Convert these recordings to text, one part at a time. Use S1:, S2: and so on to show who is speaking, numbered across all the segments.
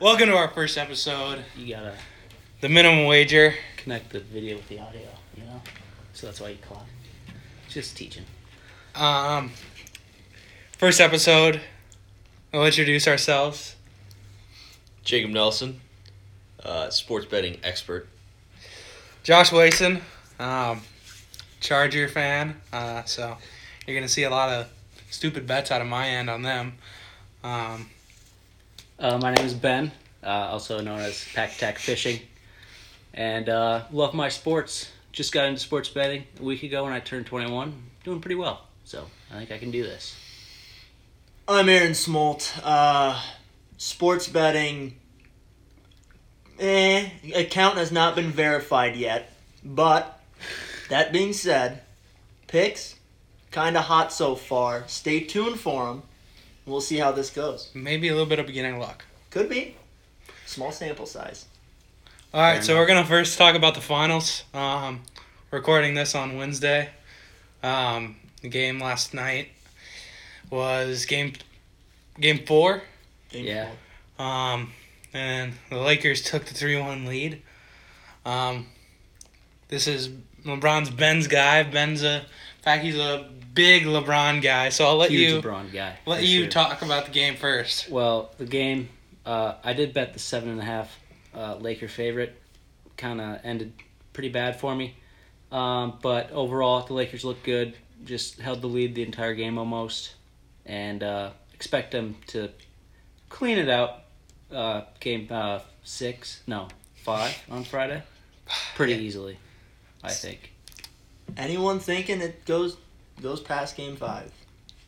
S1: Welcome to our first episode,
S2: You gotta
S1: The Minimum Wager.
S2: connect the video with the audio, you know? So that's why you clock. Just teaching.
S1: Um, first episode, we'll introduce ourselves.
S3: Jacob Nelson, uh, sports betting expert.
S1: Josh Wason, um, Charger fan, uh, so you're going to see a lot of stupid bets out of my end on them. Um,
S2: Uh, my name is Ben, uh, also known as Pack Attack Fishing, and uh, love my sports. Just got into sports betting a week ago when I turned 21. Doing pretty well, so I think I can do this.
S4: I'm Aaron Smolt. Uh, sports betting, eh, account has not been verified yet. But that being said, picks kind of hot so far. Stay tuned for them. We'll see how this goes.
S1: maybe a little bit of beginning luck.
S4: Could be small sample size.
S1: All right,
S2: Fair
S1: so we're gonna first talk about the finals. Um, recording this on Wednesday. Um, the game last night was game game four,
S4: Game
S2: Yeah.
S4: four.
S1: um, and the Lakers took the three one lead. Um, this is LeBron's Ben's guy. Ben's a in fact he's a big LeBron guy. So I'll let
S2: Huge
S1: you
S2: LeBron guy.
S1: let
S2: for
S1: you
S2: sure.
S1: talk about the game first.
S2: Well, the game, uh, I did bet the seven and a half uh, Laker favorite. Kind of ended pretty bad for me, um, but overall the Lakers looked good. Just held the lead the entire game almost, and uh, expect them to clean it out. Uh, game uh, six, no five on Friday, pretty easily, I think.
S4: Anyone thinking it goes goes past game five?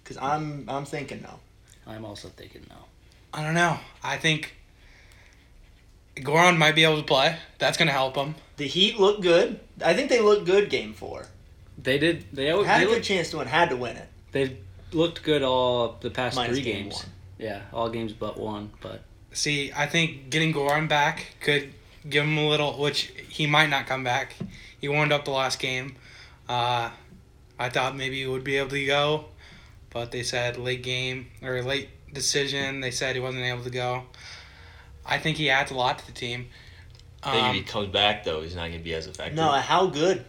S4: Cause I'm I'm thinking no.
S2: I'm also thinking no.
S1: I don't know. I think Goron might be able to play. That's gonna help him.
S4: The Heat look good. I think they look good game four.
S2: They did. They always
S4: Had
S2: they
S4: a good
S2: looked,
S4: chance to win. Had to win it.
S2: they've looked good all the past
S4: Minus
S2: three
S4: game
S2: games.
S4: one.
S2: Yeah, all games but one, but.
S1: See, I think getting Goran back could give him a little, which he might not come back. He warmed up the last game. Uh, I thought maybe he would be able to go, but they said late game or late decision. They said he wasn't able to go. I think he adds a lot to the team.
S3: I think if
S1: Um,
S3: he comes back though, he's not gonna be as effective.
S4: No, how good?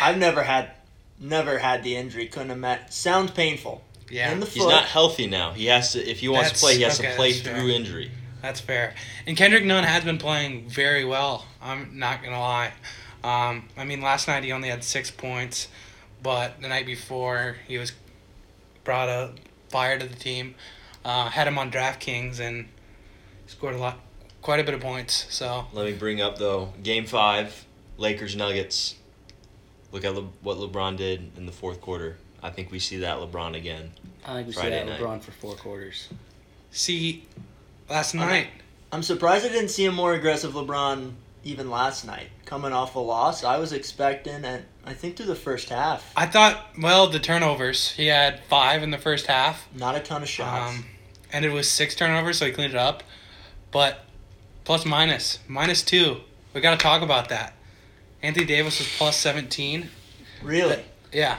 S4: I've never had, never had the injury. Couldn't have met. Sounds painful.
S1: yeah,
S4: In the
S3: he's
S4: foot.
S3: not healthy now. He has to if he wants
S1: That's-
S3: to play, he has
S1: okay,
S3: to play
S1: that's
S3: through
S1: fair.
S3: injury.
S1: that's fair. And Kendrick Nunn has been playing very well. I'm not gonna lie. Um, I mean, last night he only had six points, but the night before he was brought a fire to the team. Uh, had him on DraftKings and scored a lot, quite a bit of points. So
S3: Let me bring up though, game five, Lakers Nuggets. Look at Le- what LeBron did in the fourth quarter. I think we see that LeBron again.
S2: I think we see
S3: Friday
S2: that
S3: night.
S2: LeBron for four quarters.
S1: see, last
S4: Okay.
S1: night
S4: I'm surprised I didn't see a more aggressive LeBron even last night. Coming off a loss, I was expecting, and I think through the first half,
S1: I thought, well, the turnovers. He had five in the first half.
S4: not a ton of shots.
S1: Um, and it was six turnovers, so he cleaned it up. But plus minus, minus two. We got to talk about that. Anthony Davis was plus 17.
S4: really?
S1: Yeah.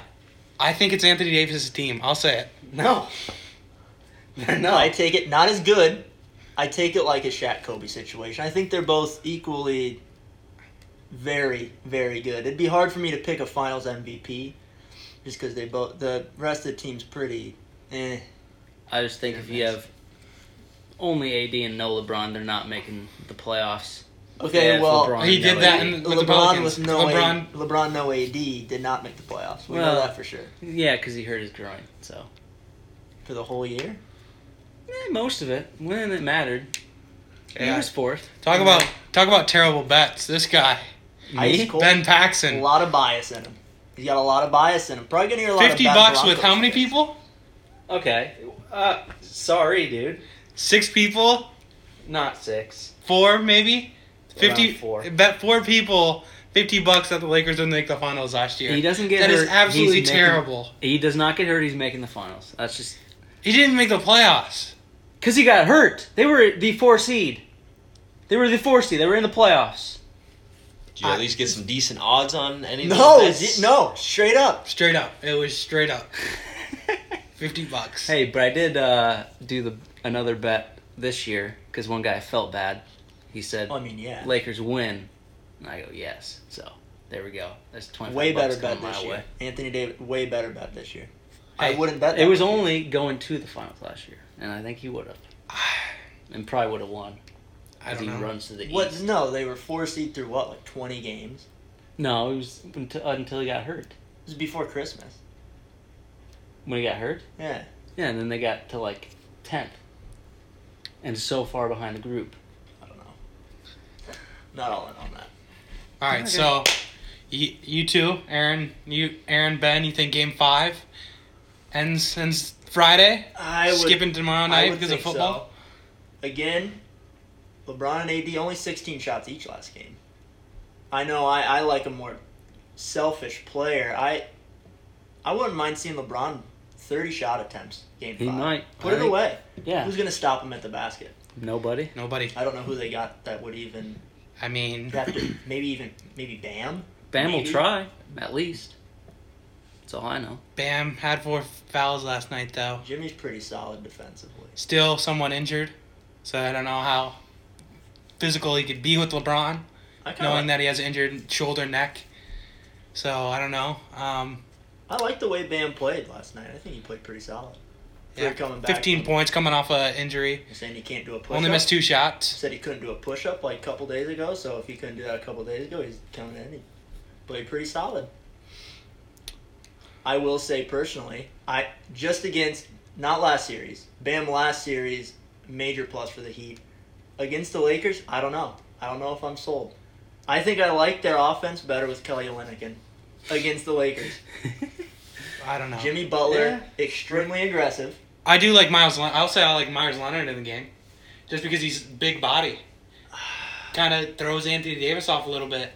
S1: I think it's Anthony Davis' team. I'll say it.
S4: No. no. I take it not as good. I take it like a Shaq Kobe situation. I think they're both equally very, very good. It'd be hard for me to pick a Finals MVP just because they both the rest of the team's pretty. Eh.
S2: I just think if you have only AD and no LeBron, they're not making the playoffs.
S4: Okay,
S2: Yeah,
S4: well,
S2: LeBron,
S1: He did
S2: no
S1: that
S2: AD.
S1: in, with the
S4: LeBron
S1: Pelicans.
S4: with no
S1: LeBron,
S4: AD, LeBron no AD did not make the playoffs. We
S2: Well-
S4: know that for sure
S2: Yeah, because he hurt his groin. So
S4: for the whole year.
S2: Eh, most of it when it mattered, he
S1: Yeah.
S2: was fourth.
S1: talk about talk about terrible bets. This guy,
S4: Ice cold.
S1: Ben
S4: a
S1: Paxson,
S4: lot of bias in him. He's got a lot of bias in him. Probably gonna hear a lot
S1: fifty
S4: of bad
S1: bucks with
S4: Broncos
S1: how many
S4: fans.
S1: people?
S2: Okay, uh, sorry, dude.
S1: Six people,
S2: Not six.
S1: four maybe. Fifty.
S2: Around four.
S1: Bet four people, fifty bucks that the Lakers would make the finals last year.
S2: He doesn't get
S1: That
S2: hurt.
S1: is absolutely
S2: he's making-
S1: terrible.
S2: he does not get hurt. He's making the finals. That's just
S1: He didn't make the playoffs.
S2: because he got hurt. They were the four seed. They were the four seed. They were in the playoffs.
S3: Do you
S1: I-
S3: at least get some decent odds on any? of
S4: No,
S3: those bets?
S4: d- no, straight up.
S1: Straight up, it was straight up. Fifty bucks.
S2: Hey, but I did uh, do the another bet
S5: this year because one guy felt bad. He said
S4: I mean, Oh, yeah.
S5: Lakers win, and I go yes. So there we go. That's twenty.
S4: way better bet
S5: coming my
S4: this year.
S5: way.
S4: Anthony Davis, way better bet this year.
S5: Hey,
S4: I wouldn't bet.
S5: It
S4: that
S5: was
S4: this year.
S5: only going to the finals last year, and I think he would have, and probably would have won.
S1: I
S5: as
S1: don't
S5: he
S1: know.
S5: runs to the
S4: what?
S5: east.
S4: No, they were four seed through what, like twenty games?
S5: No, it was until, until he got hurt.
S4: It was before Christmas.
S5: When he got hurt,
S4: Yeah,
S5: yeah, and then they got to like tenth, and so far behind the group.
S4: I don't know. Not all in on that.
S1: All right, so you, you two, Aaron, you, Aaron, Ben, you think Game Five ends ends Friday,
S4: I would
S1: skipping tomorrow
S4: I
S1: night
S4: would
S1: because of
S4: think so.
S1: football.
S4: Again, LeBron and AD only 16 shots each last game. I know I, I like a more selfish player. I I wouldn't mind seeing LeBron 30 shot attempts game
S5: He
S4: five.
S5: might.
S4: Put it
S5: Right.
S4: away.
S5: Yeah,
S4: Who's going to stop him at the basket?
S5: nobody.
S1: Nobody.
S4: I don't know who they got that would even
S1: I mean,
S4: have to maybe even maybe Bam.
S5: Bam will
S4: Maybe.
S5: try at least. That's all I know.
S1: Bam had four fouls last night though.
S4: Jimmy's pretty solid defensively.
S1: Still somewhat injured, so I don't know how physical he could be with LeBron,
S4: I kind
S1: knowing
S4: of
S1: that he has an injured shoulder, neck. So I don't know. Um,
S4: I like the way Bam played last night. I think he played pretty solid. For
S1: yeah,
S4: coming back
S1: fifteen
S4: from-
S1: points coming off a injury.
S4: Saying he can't do a push
S1: Only missed two shots.
S4: said he couldn't do a push up like a couple days ago, so if he couldn't do that a couple days ago, he's coming in. He played pretty solid. I will say personally, I just against not last series, Bam last series, major plus for the Heat. Against the Lakers, I don't know. I don't know if I'm sold. I think I like their offense better with Kelly Olynyk against the Lakers.
S1: I don't know.
S4: Jimmy Butler,
S5: Yeah.
S4: extremely aggressive.
S1: I do like Miles. Len- I'll say I like Myers Leonard in the game, just because he's big body. Kind of throws Anthony Davis off a little bit.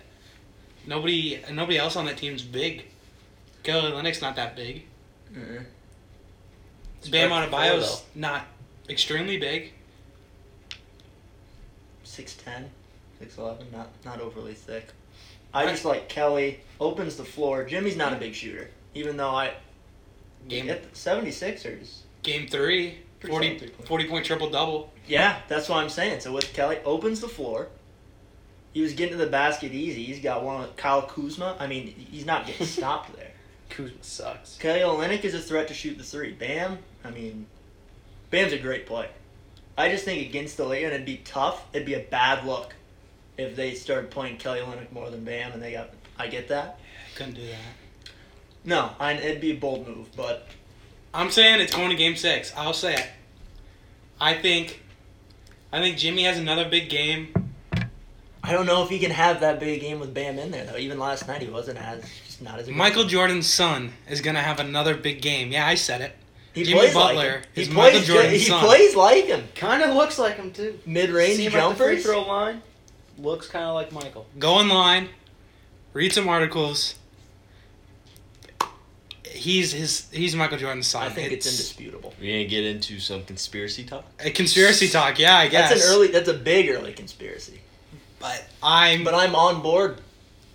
S1: Nobody, nobody else on that team's big. Kelly Lynyk's not that big. Bam
S5: Start to
S1: Adebayo's
S5: fall,
S1: not extremely big.
S4: 6'10", 6'11", not not overly thick. I just like Kelly opens the floor. Jimmy's not a big shooter, even though I
S1: Game
S4: get the 76ers.
S1: game three,
S4: Pretty
S1: 40,
S4: solid three-point.
S1: 40 point triple double.
S4: Yeah, that's what I'm saying. So with Kelly opens the floor, he was getting to the basket easy. He's got one with Kyle Kuzma. I mean, he's not getting stopped there.
S5: Kuzma sucks.
S4: Kelly Olynyk is a threat to shoot the three. Bam, I mean, Bam's a great player. I just think against the Lakers, it'd be tough. It'd be a bad look if they started playing Kelly Olynyk more than Bam, and they got. I get that.
S1: Couldn't do that.
S4: No, I, it'd be a bold move, but
S1: I'm saying it's going to game six. I'll say it. I think, I think Jimmy has another big game.
S4: I don't know if he can have that big a game with Bam in there though. Even last night, he wasn't as just not as.
S1: Michael Jordan's son is gonna have another big game. Yeah, I said it.
S4: he
S1: Jimmy
S4: plays like
S1: Butler
S4: him. He
S1: is
S4: plays.
S1: Michael Jordan's
S4: he
S1: son.
S4: plays like him.
S5: Kind of looks like him too.
S4: Mid-range jumpers.
S5: line looks kind of like Michael.
S1: Go online, read some articles. He's his. He's Michael Jordan's son.
S4: I think it's,
S1: it's
S4: indisputable.
S3: We're gonna get into some conspiracy talk.
S1: a conspiracy talk. Yeah, I guess.
S4: That's an early. That's a big early conspiracy.
S1: But I'm.
S4: But I'm on board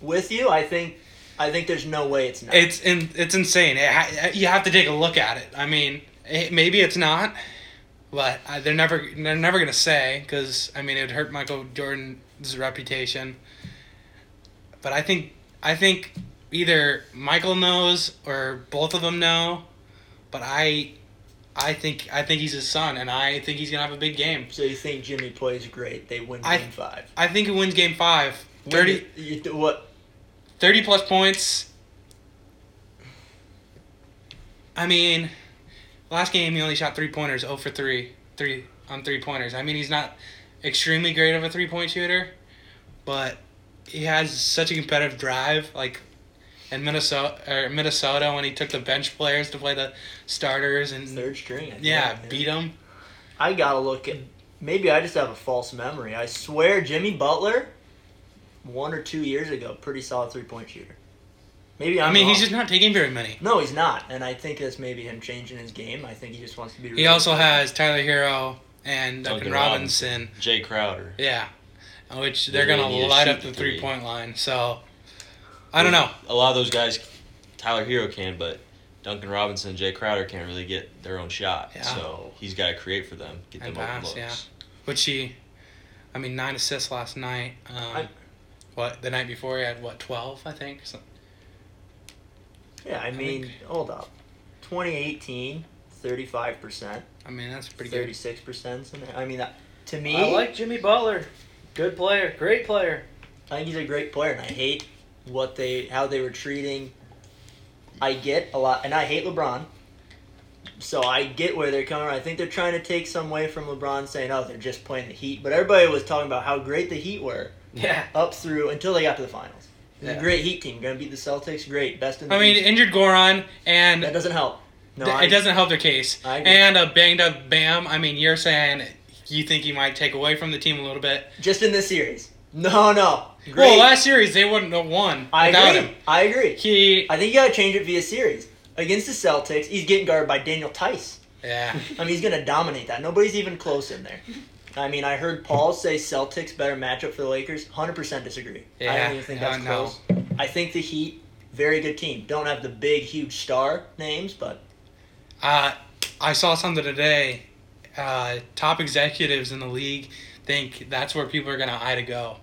S4: with you. I think. I think there's no way it's not.
S1: It's in, it's insane. It ha- you have to take a look at it. I mean, it, maybe it's not, but I, they're never they're never gonna say because I mean it would hurt Michael Jordan's reputation. But I think I think either Michael knows or both of them know, but I I think I think he's his son, and I think he's gonna have a big game.
S4: so you think Jimmy plays great? They win
S1: I-
S4: Game Five.
S1: I think he wins Game Five. 30,
S4: You, you, what?
S1: 30 plus points. I mean, last game he only shot three pointers, 0 for 3, 3 on three pointers. I mean, he's not extremely great of a three point shooter, but he has such a competitive drive. Like in Minnesota, or Minnesota when he took the bench players to play the starters and
S4: Third string. I
S1: yeah,
S4: think.
S1: beat them.
S4: I gotta look at. Maybe I just have a false memory. I swear, Jimmy Butler, one or two years ago, pretty solid three point shooter. Maybe I'm
S1: I mean,
S4: wrong.
S1: he's just not taking very many.
S4: no, he's not, and I think that's maybe him changing his game. I think he just wants to be.
S1: He also has Tyler Hero and Duncan
S3: Duncan
S1: Robinson.
S3: Jay Crowder.
S1: Yeah, which they're
S3: They're
S1: gonna
S3: gonna need to
S1: light
S3: shoot
S1: up the
S3: the
S1: three
S3: three.
S1: point line. So I don't know.
S3: A lot of those guys, Tyler Hero can, but Duncan Robinson, and Jay Crowder can't really get their own shot.
S1: Yeah.
S3: So he's got to create for them, get
S1: And
S3: them open
S1: pass,
S3: looks.
S1: yeah. Which he, I mean, nine assists last night. Um,
S4: I-
S1: what the night before he had what twelve I think. So,
S4: Yeah, I mean, hold up. 2018, 35%,
S1: I mean that's pretty good.
S4: 36%. And I mean, that, to me,
S5: I like Jimmy Butler. Good player, great player.
S4: I think he's a great player, and I hate what they how they were treating. I get a lot, and I hate LeBron. So I get where they're coming. from. I think they're trying to take some way from LeBron, saying, "Oh, they're just playing the Heat." But everybody was talking about how great the Heat were
S5: Yeah.
S4: up through until they got to the finals. It was
S5: Yeah.
S4: a great Heat team, going to beat the Celtics. Great, best in the
S1: I mean
S4: East.
S1: injured Goron and
S4: that doesn't help. No,
S1: th-
S4: I,
S1: it doesn't help their case.
S4: I agree.
S1: And a banged up Bam. I mean you're saying you think he might take away from the team a little bit.
S4: just in this series. No, no. Great.
S1: Well, last series they wouldn't have won
S4: I
S1: without
S4: agree.
S1: him.
S4: I agree.
S1: He
S4: I think you got to change it via series against the Celtics. He's getting guarded by Daniel Tice.
S1: yeah.
S4: I mean, he's going to dominate that. Nobody's even close in there. I mean, I heard Paul say Celtics better matchup for the Lakers. 100% disagree. I
S1: Yeah,
S4: don't even think
S1: no,
S4: that's
S1: no.
S4: close. I think the Heat, very good team. Don't have the big, huge star names, but
S1: Uh, I saw something today. Uh, top executives in the league think that's where people are gonna eye to go,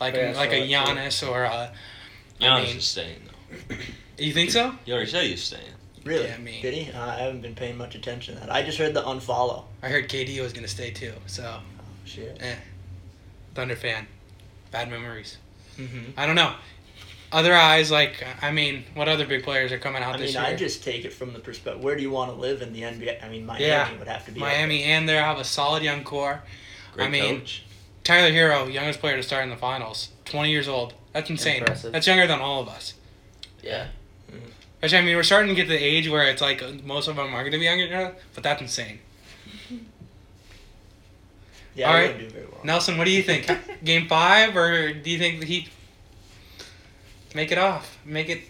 S1: like
S5: Yeah, I
S1: like
S5: saw
S1: a
S5: that too.
S1: Giannis or a. I
S3: Giannis
S1: mean-
S3: is staying though.
S1: You think so?
S3: You already said he's staying.
S4: really,
S1: Yeah, me.
S4: did he? Uh, I haven't been paying much attention to that. I just heard the unfollow.
S1: I heard KD was gonna stay too. So
S4: Shit.
S1: Thunder fan, bad memories.
S4: Mm-hmm.
S1: I don't know. Other eyes, like I mean, what other big players are coming out
S4: I
S1: this
S4: mean,
S1: year?
S4: I just take it from the perspective where do you want to live in the NBA? I mean, Miami
S1: Yeah.
S4: would have to be. up
S1: Miami and there have a solid young core.
S3: Great
S1: I mean-
S3: coach.
S1: Tyler Hero, youngest player to start in the finals, 20 years old. That's insane.
S5: Impressive.
S1: That's younger than all of us.
S5: Yeah.
S1: Which I mean, we're starting to get to the age where it's like uh, most of them are going to be younger, than us, but that's insane.
S4: there. Yeah,
S1: all
S4: they
S1: right.
S4: wouldn't do very well.
S1: Nelson, what do you think? Game five, or do you think that he make it off? Make it,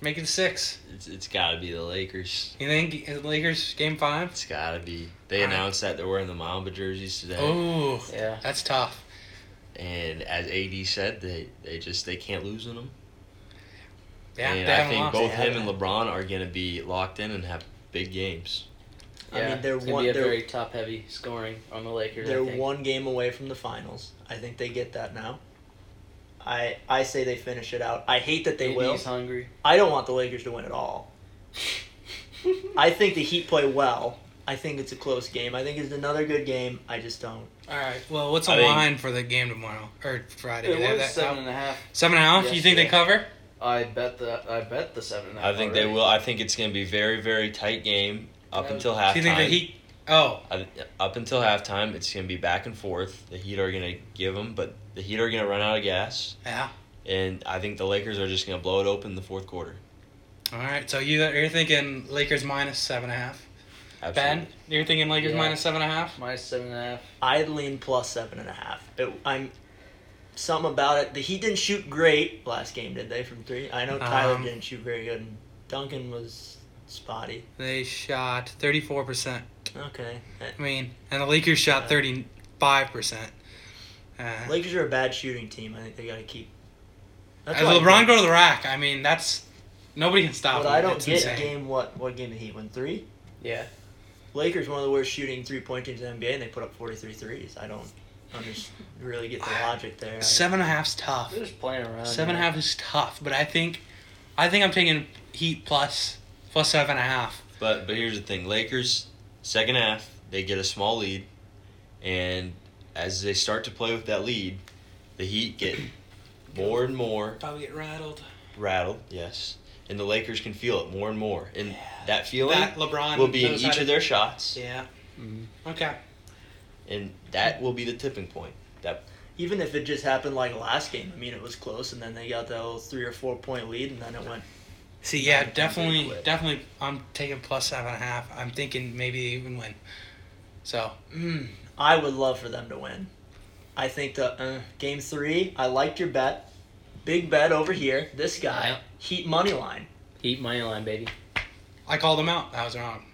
S1: make it six.
S3: It's, it's got to be the Lakers.
S1: You think is Lakers game five?
S3: It's got to be. They
S1: I-
S3: announced that they're wearing the Mamba jerseys today,
S1: Oh,
S5: Yeah.
S1: that's tough.
S3: and as AD said, they they just they can't lose in them.
S1: Yeah,
S3: and
S1: they
S3: I
S1: haven't
S3: think
S1: lost.
S3: both
S4: They
S3: him
S4: haven't.
S3: and LeBron are going to be locked in and have big games.
S4: I mean, they're
S5: it's gonna
S4: one-
S5: be a
S4: they're-
S5: very top heavy scoring on the Lakers.
S4: They're
S5: I think.
S4: one game away from the finals. I think they get that now. I I say they finish it out. I hate that they
S5: AD's
S4: will.
S5: hungry.
S4: I don't want the Lakers to win at all. I think the Heat play well. I think it's a close game. I think it's another good game. I just don't.
S1: All right. Well, what's the
S3: I think-
S1: line for the game tomorrow or Friday?
S5: It
S1: They have
S5: was
S1: that
S5: seven
S1: out?
S5: and a half.
S1: Seven and a half. you think they
S5: Yesterday.
S1: cover?
S5: I bet the I bet the seven and a half.
S3: I think
S5: already.
S3: they will. I think it's going to be very very tight game up
S5: Yeah.
S3: until
S1: Do
S3: halftime.
S1: you think the Heat? Oh,
S3: I th- up until halftime, it's going to be back and forth. The Heat are going to give them, but the Heat are going to run out of gas,
S1: yeah.
S3: and I think the Lakers are just going to blow it open in the fourth quarter.
S1: All right. So you you're thinking Lakers minus seven and a half. Ben,
S3: Absolutely.
S1: you're thinking Lakers
S5: Yeah.
S1: minus seven and a half.
S5: Minus seven and a half.
S4: I lean plus seven and a half. It, I'm something about it. The Heat didn't shoot great last game, did they? From three, I know Tyler
S1: Um,
S4: didn't shoot very good. and Duncan was spotty.
S1: They shot thirty four percent.
S4: Okay,
S1: I mean, and the Lakers shot thirty five percent. Uh, If
S4: Lakers are a bad shooting team. I think they got to keep. That's why-
S1: LeBron go to the rack, I mean that's nobody can stop
S4: But
S1: him.
S4: I don't
S1: It's
S4: get
S1: insane.
S4: game what what game did he win three?
S5: Yeah.
S4: Lakers one of the worst shooting three point teams in the NBA and they put up 43 threes. I don't understand, really get the logic there.
S1: Seven and a half's tough.
S5: They're just playing
S4: Oh,
S5: around.
S1: Seven and a half is tough, but I think, I think I'm taking Heat plus plus seven and a half.
S3: But but here's the thing: Lakers second half they get a small lead, and as they start to play with that lead, the Heat get more and more
S1: Probably get rattled.
S3: rattled. Yes, and the Lakers can feel it more and more, and
S1: Yeah.
S3: that feeling
S1: That LeBron
S3: will be in
S1: knows
S3: each
S1: how
S3: of
S1: to-
S3: their shots,
S1: Yeah.
S5: Mhm.
S4: Mm-hmm.
S1: Okay.
S3: and that will be the tipping point. That
S4: Even if it just happened like last game, I mean it was close and then they got that little three or four point lead and then it went.
S1: See,
S4: I
S1: yeah,
S4: think they
S1: definitely,
S4: quit.
S1: definitely. I'm taking plus seven and a half. I'm thinking maybe they even win. So
S4: Mm, I would love for them to win. I think the uh, game three. I liked your bet. Big bet over here. This guy
S5: Yeah.
S4: Heat money line.
S5: Heat money line, baby.
S1: I called them out. I was wrong.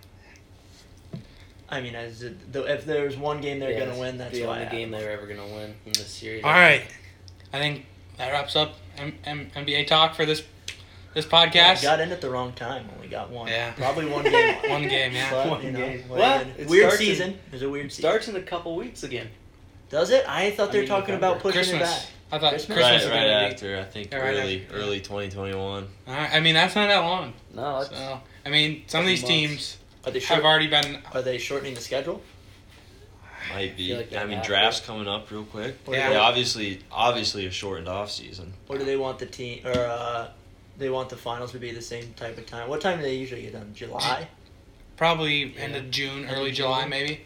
S4: I mean, as it- the, if there's one game they're
S5: Yeah,
S4: gonna win, that's
S5: the
S4: why.
S5: only
S4: I-
S5: game they're ever gonna win in this series.
S1: All right, I think that wraps up M- M- NBA talk for this this
S4: We
S1: podcast.
S4: got in at the wrong time when we got one.
S1: Yeah.
S4: Probably one game.
S1: One game, yeah.
S4: But,
S2: One
S4: you know,
S2: game.
S4: what
S2: Well,
S4: do you do?
S2: it
S4: weird
S2: starts in-
S4: season. There's a weird season.
S2: Starts in a couple weeks again.
S4: Does it? I thought they
S2: I
S4: were
S2: mean,
S4: talking about pushing it back.
S1: Christmas. I thought
S4: Christmas?
S1: Christmas,
S3: Right,
S1: was
S3: right
S1: gonna be.
S3: after I think
S1: Yeah, right
S3: early
S1: after.
S3: early 2021.
S1: All right, I mean, that's not that long.
S2: No, it's,
S1: So, I mean, some of these
S2: Couple
S1: teams
S2: months.
S4: Are they
S1: have
S4: short,
S1: already been.
S4: Are they shortening the schedule?
S3: Might be.
S2: feel
S3: I,
S2: like they're
S3: mean,
S2: not
S3: drafts coming up real quick.
S4: Or
S1: Yeah.
S3: They
S4: do
S3: obviously obviously have shortened off season.
S4: they, or do they want the team or uh, they want the finals to be the same type of time? What time do they usually get done? July.
S1: Probably
S2: Yeah.
S1: end of June,
S2: End of
S1: early
S2: June.
S1: July, maybe.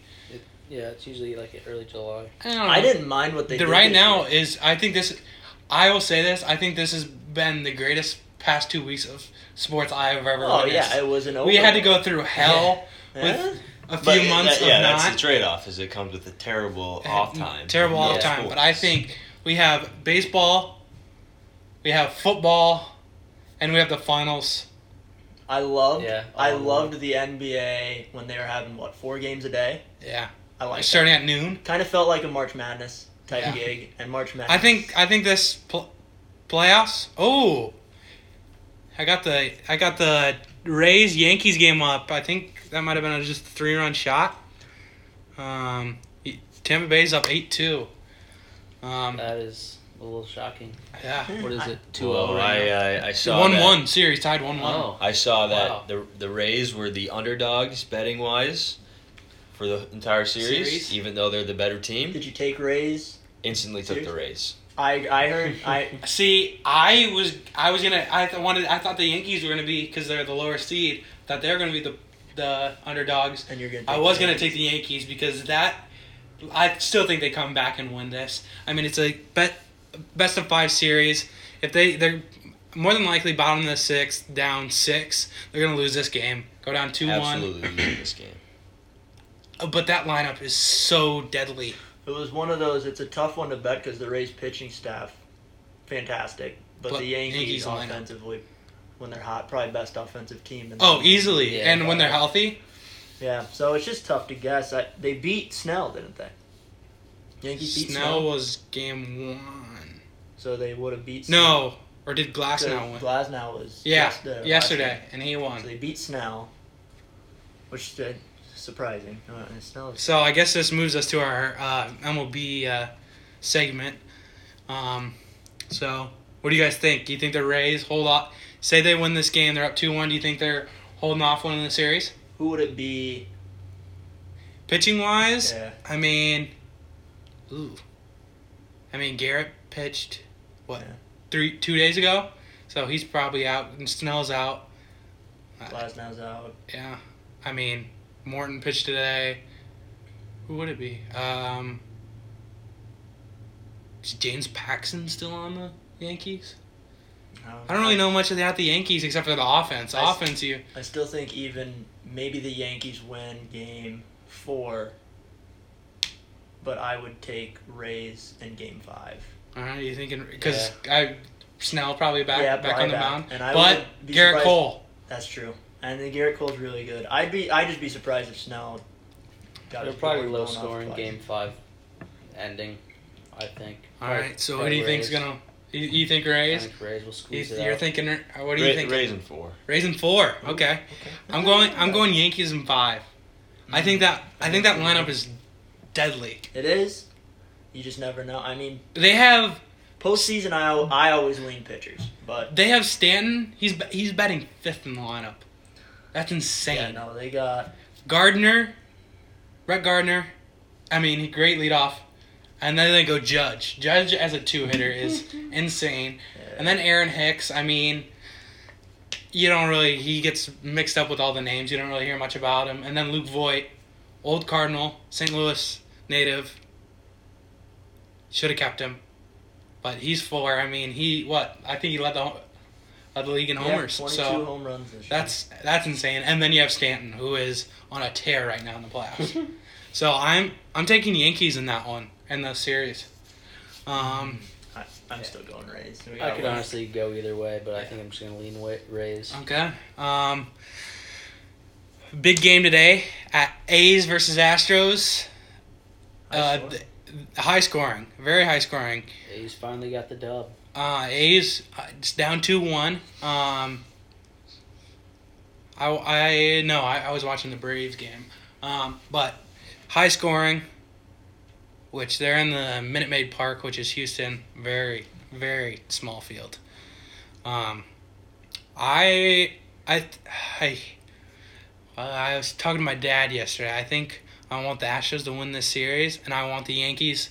S2: yeah, it's usually like in early July.
S1: I don't know.
S4: I didn't mind what they
S1: the
S4: did
S1: right
S4: this
S1: now
S4: year.
S1: is I think this I will say this I think this has been the greatest past two weeks of sports I have ever
S4: Oh
S1: witnessed.
S4: yeah, it was an.
S1: we
S4: over-
S1: had to go through hell
S4: Huh?
S1: with a few
S3: But it-
S1: months
S3: that- yeah,
S1: of
S3: that's
S1: not
S3: the trade-off. Is it comes with a terrible off time.
S1: terrible
S3: No
S1: off time. But I
S3: sports.
S1: think we have baseball, we have football, and we have the finals.
S4: I loved.
S2: Yeah,
S4: I
S2: um,
S4: loved the NBA when they were having what four games a day.
S1: Yeah,
S4: I like.
S1: starting at noon.
S4: Kind of felt like a March Madness type
S1: Yeah.
S4: gig, and March Madness.
S1: I think I think this pl- playoffs. Oh, I got the I got the Rays Yankees game up. I think that might have been a just three run shot. Um, y- Tampa Bay's up eight two. Um,
S2: That is a little shocking.
S1: yeah,
S2: What is it? Two
S3: Well,
S1: oh
S2: zero.
S3: I,
S2: Right now?
S3: I I saw
S1: one
S3: that-
S1: one series tied one one.
S2: Oh,
S3: I saw that
S2: Wow.
S3: the the Rays were the underdogs betting wise for the entire series,
S1: Series?
S3: even though they're the better team.
S4: Did you take Rays?
S3: Instantly took the
S4: Series?
S3: Rays.
S4: I I heard I
S1: See, I was I was gonna I th- wanted I thought the Yankees were gonna be because they're the lower seed that they're gonna be the the underdogs.
S4: and you're gonna. Take
S1: I was
S4: the
S1: gonna
S4: Rays.
S1: take the Yankees because that. I still think they come back and win this. I mean, it's a bet, best of five series. If they they're more than likely bottom of the sixth, down six, they're gonna lose this game. Go down two one.
S3: Absolutely losing this game.
S1: But that lineup is so deadly.
S4: It was one of those. It's a tough one to bet because the Rays pitching staff, fantastic, but,
S1: But
S4: the Yankees,
S1: Yankees lineup.
S4: offensively, when they're hot, probably best offensive team. In the
S1: Oh,
S4: league.
S1: easily.
S2: Yeah,
S1: and when they're healthy,
S4: Yeah, so it's just tough to guess. I, they beat Snell, didn't they? Yankees beat
S1: Snell
S4: Snell,
S1: was game one.
S4: so they would have beat.
S1: No, or did Glass
S4: Snell.
S1: now win?
S4: Glasnow was
S1: Yeah,
S4: just there last
S1: yesterday,
S4: night.
S1: and he
S4: So
S1: won.
S4: they beat Snell, which is surprising. Uh, and Snell is
S1: So I guess this moves us to our uh, MLB uh, segment. Um, so what do you guys think? Do you think the Rays hold off? Say they win this game, they're up two one. Do you think they're holding off one in the series?
S4: who would it be?
S1: Pitching wise,
S4: Yeah,
S1: I mean, ooh, I mean Garrett pitched what
S4: Yeah.
S1: three two days ago, so he's probably out and Snell's out. Uh,
S4: Glasnow's out.
S1: Yeah. I mean, Morton pitched today. Who would it be? Um, is James Paxton still on the Yankees? I don't really know much about the Yankees except for the offense.
S4: I s-
S1: offense, you.
S4: I still think even maybe the Yankees win game four, but I would take Rays in game five.
S1: All right, you thinking because I Snell probably back
S4: Yeah,
S1: back
S4: probably
S1: on the
S4: back.
S1: mound,
S4: And I
S1: but
S4: would be
S1: Garrett
S4: surprised-
S1: Cole.
S4: That's true. And then Garrett Cole's really good. I'd be I'd just be surprised if Snell. got
S2: they're
S4: his
S2: probably
S4: blown
S2: low
S4: off
S2: scoring
S4: twice.
S2: game five, ending. I think.
S1: All right, so who do you think's
S2: Rays.
S1: gonna? You, you think
S2: I
S1: Rays?
S2: think Rays will
S1: You,
S2: squeeze it
S1: you're
S2: out.
S1: thinking? uh, What do
S3: Ra-
S1: you think?
S3: Rays in four.
S1: Raising four. Okay. I'm going. I'm going Yankees in 5 I think
S4: Mm.
S1: that. I think that lineup is deadly.
S4: Mm-hmm. It is. You just never know. I mean,
S1: They have.
S4: postseason I al- I always lean pitchers, but
S1: They have Stanton. He's be- he's batting fifth in the lineup. That's insane.
S4: yeah, no, they got
S1: Gardner, Brett Gardner. I mean, great leadoff. And then they go Judge. Judge as a two hitter is insane. And then Aaron Hicks. I mean, you don't really. He gets mixed up with all the names. You don't really hear much about him. And then Luke Voigt, old Cardinal, St. Louis native. Should have kept him, but he's four. I mean, he what? I think he led the ho- led the league in
S4: yeah,
S1: homers.
S4: 22
S1: so
S4: home runs this year.
S1: that's that's insane. And then you have Stanton, who is on a tear right now in the playoffs. so I'm I'm taking Yankees in that one in the series. Um,
S4: I, I'm still going Rays. We
S2: I
S4: got
S2: could
S4: one.
S2: honestly go either way, but I
S1: Yeah.
S2: think I'm just gonna lean wa- Rays.
S1: okay. Um, big game today at A's versus Astros.
S4: High
S1: Uh,
S4: scoring.
S1: th- high scoring, very high scoring.
S2: A's finally got the dub.
S1: Uh, A's uh, it's down two one. Um, I I no I, I was watching the Braves game, um, but high scoring. Which they're in the Minute Maid Park, which is Houston, very very small field. Um, I I I uh, I was talking to my dad yesterday. I think I want the Astros to win this series, and I want the Yankees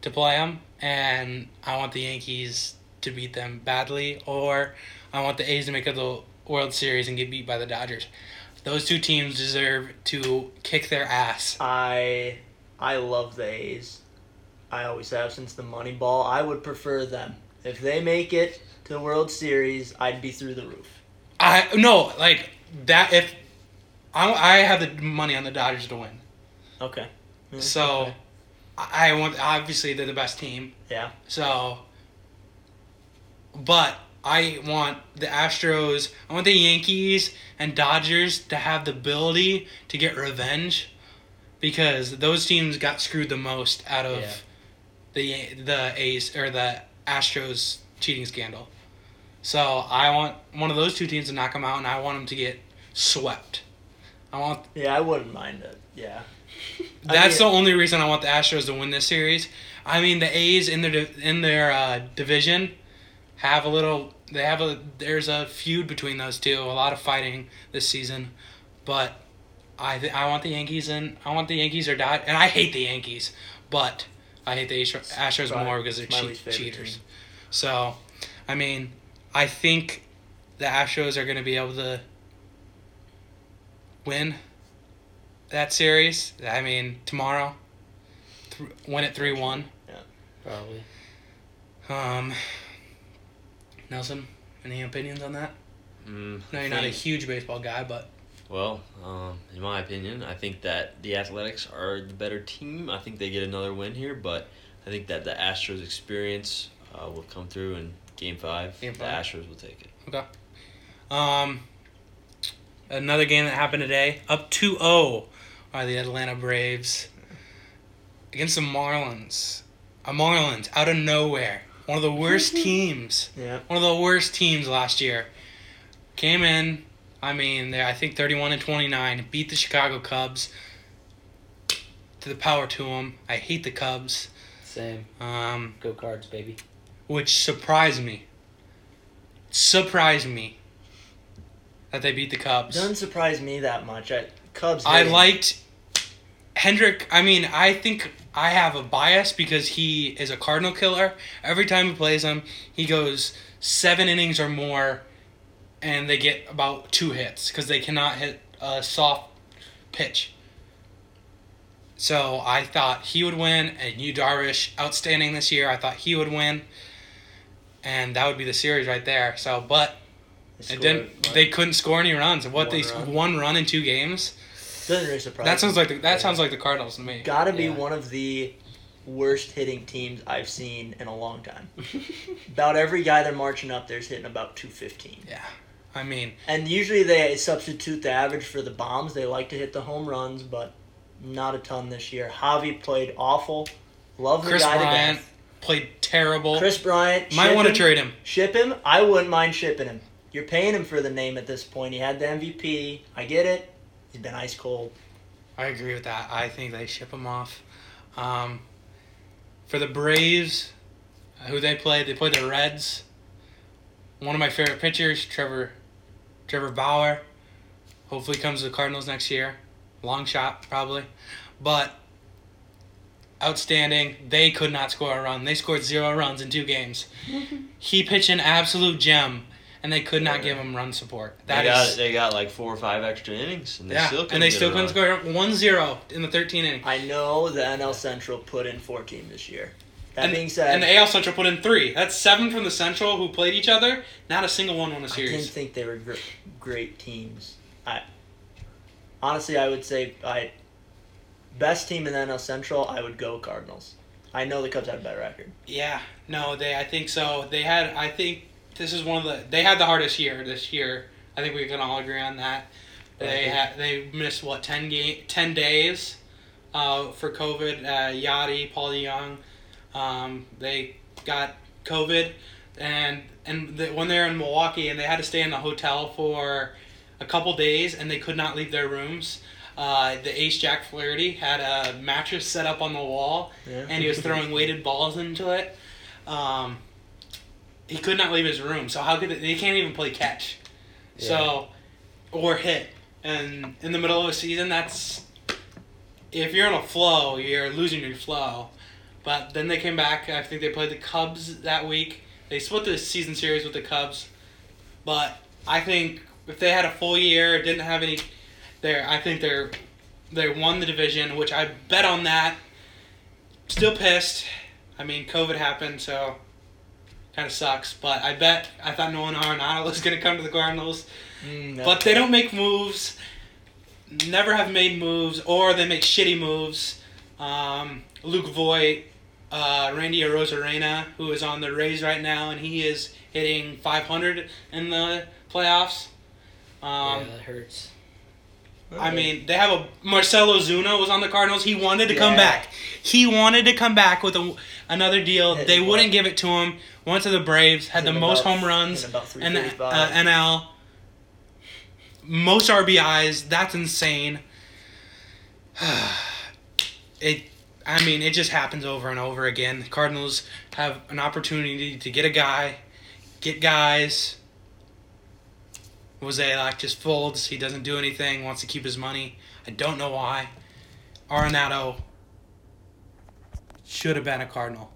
S1: to play them, and I want the Yankees to beat them badly, or I want the A's to make it to the World Series and get beat by the Dodgers. Those two teams deserve to kick their ass.
S4: I I love the A's. I always have since the Moneyball. I would prefer them. If they make it to the World Series, I'd be through the roof.
S1: I no like that if I I have the money on the Dodgers to win.
S4: Okay.
S1: So I I want obviously they're the best team.
S4: Yeah.
S1: So, but I want the Astros, I want the Yankees and Dodgers to have the ability to get revenge because those teams got screwed the most out of
S2: Yeah.
S1: the the A's or the Astros cheating scandal. So I want one of those two teams to knock them out, and I want them to get swept. I want
S4: Yeah, I wouldn't mind it. Yeah. I
S1: that's
S4: mean-
S1: the only reason I want the Astros to win this series. I mean, the A's in their div- in their uh, division have a little. They have a there's a feud between those two. A lot of fighting this season, but I th- I want the Yankees and I want the Yankees or die. And I hate the Yankees, but I hate the Astro- Astros
S4: Right.
S1: more because they're
S4: It's my
S1: cheat-
S4: least favorite
S1: cheaters.
S4: team.
S1: So, I mean, I think the Astros are going to be able to win that series. I mean, tomorrow, th- win it 3 1.
S2: Probably.
S1: Um, Nelson, any opinions on that?
S3: Mm,
S1: No,
S3: I
S1: you're not a
S3: think-
S1: huge baseball guy, but
S3: Well, um, in my opinion, I think that the Athletics are the better team. I think they get another win here, but I think that the Astros' experience uh, will come through in Game Five.
S1: Game
S3: the
S1: five.
S3: Astros will take it.
S1: Um, another game that happened today, up 2 0 are the Atlanta Braves against the Marlins. A Marlins out of nowhere. One of the worst teams.
S4: Yeah.
S1: One of the worst teams last year. Came in, I mean, they're, I think 31 and 29, beat the Chicago Cubs. To the power to them. I hate the Cubs,
S2: Same.
S1: um,
S2: Go cards, baby.
S1: which surprised me. Surprised me that they beat the Cubs.
S4: Doesn't surprise me that much. I, Cubs.
S1: I
S4: hating.
S1: liked Hendrick. I mean, I think I have a bias because he is a Cardinal killer. Every time he plays him, he goes seven innings or more, and they get about two hits because they cannot hit a soft pitch. So I thought he would win, and you Darvish, outstanding this year. I thought he would win, and that would be the series right there. So, but
S4: They
S1: it didn't.
S4: scored, but
S1: They couldn't score any runs. What
S4: One
S1: they
S4: run.
S1: one run in two games.
S4: doesn't really surprise.
S1: That sounds
S4: me.
S1: like the, that sounds like the Cardinals to me.
S4: Gotta be
S2: Yeah.
S4: one of the worst hitting teams I've seen in a long time. about every guy they're marching up there's hitting about 215.
S1: Yeah, I mean,
S4: And usually they substitute the average for the bombs. They like to hit the home runs, but not a ton this year. Javi played awful. Love the
S1: Chris
S4: guy
S1: Bryant
S4: to death.
S1: played terrible.
S4: Chris Bryant.
S1: Might
S4: ship
S1: want to
S4: him.
S1: trade him.
S4: Ship him. I wouldn't mind shipping him. You're paying him for the name at this point. He had the MVP. I get it. He's been ice cold.
S1: I agree with that. I think they ship him off. Um, for the Braves, who they played, they played the Reds. One of my favorite pitchers, Trevor, Trevor Bauer. Hopefully comes to the Cardinals next year. Long shot probably, but outstanding. They could not score a run. They scored zero runs in two games. he pitched an absolute gem, and they could not give him run support. That
S3: they
S1: is.
S3: got they got like four or five extra innings, and they
S1: Yeah,
S3: still couldn't
S1: and they
S3: get
S1: still
S3: a
S1: couldn't
S3: run.
S1: score 1-0 in the 13 inning.
S4: I know the NL Central put in four team this year. That
S1: and,
S4: being said,
S1: and the AL Central put in three. That's seven from the Central who played each other. Not a single one won a
S4: I didn't
S1: series.
S4: think they were gr- great teams. I honestly, I would say I best team in the NL Central. I would go Cardinals. I know the Cubs had a better record.
S1: Yeah, no, they. I think so. They had. I think this is one of the. They had the hardest year this year. I think we can all agree on that. They had. They missed what ten game, ten days, uh, for COVID. Uh, Yachty, Paul DeYoung, um, they got COVID. and and the, when they're in Milwaukee and they had to stay in the hotel for a couple days and they could not leave their rooms. Uh, the ace Jack Flaherty had a mattress set up on the wall
S4: Yeah.
S1: and he was throwing weighted balls into it. Um, he could not leave his room, so how could they, they can't even play catch, so or hit. And in the middle of a season, that's if you're in a flow, you're losing your flow. But then they came back. I think they played the Cubs that week. They split the season series with the Cubs, but I think if they had a full year, didn't have any, there I think they're they won the division, which I bet on that. Still pissed. I mean, COVID happened, so kind of sucks. But I bet I thought Nolan Arenado was gonna come to the Cardinals,
S4: Mm, no.
S1: but they don't make moves. Never have made moves, or they make shitty moves. Um, Luke Voigt, uh, Randy Arozarena, who is on the Rays right now, and he is hitting 500 in the playoffs. Um,
S2: yeah, that hurts.
S1: I mean, they have a Marcelo Zuna was on the Cardinals. He wanted to come
S4: Yeah.
S1: back. He wanted to come back with a, another deal.
S4: Yeah,
S1: they
S4: he
S1: wouldn't
S4: was.
S1: give it to him. Went to the Braves, had the
S4: In
S1: most
S4: about-
S1: home runs
S4: in about three
S1: and
S4: days
S1: the
S4: by.
S1: uh, NL. Most RBIs. That's insane. it. I mean, it just happens over and over again. The Cardinals have an opportunity to get a guy, get guys. Wozalak just folds. He doesn't do anything. Wants to keep his money. I don't know why. Arenado should have been a Cardinal.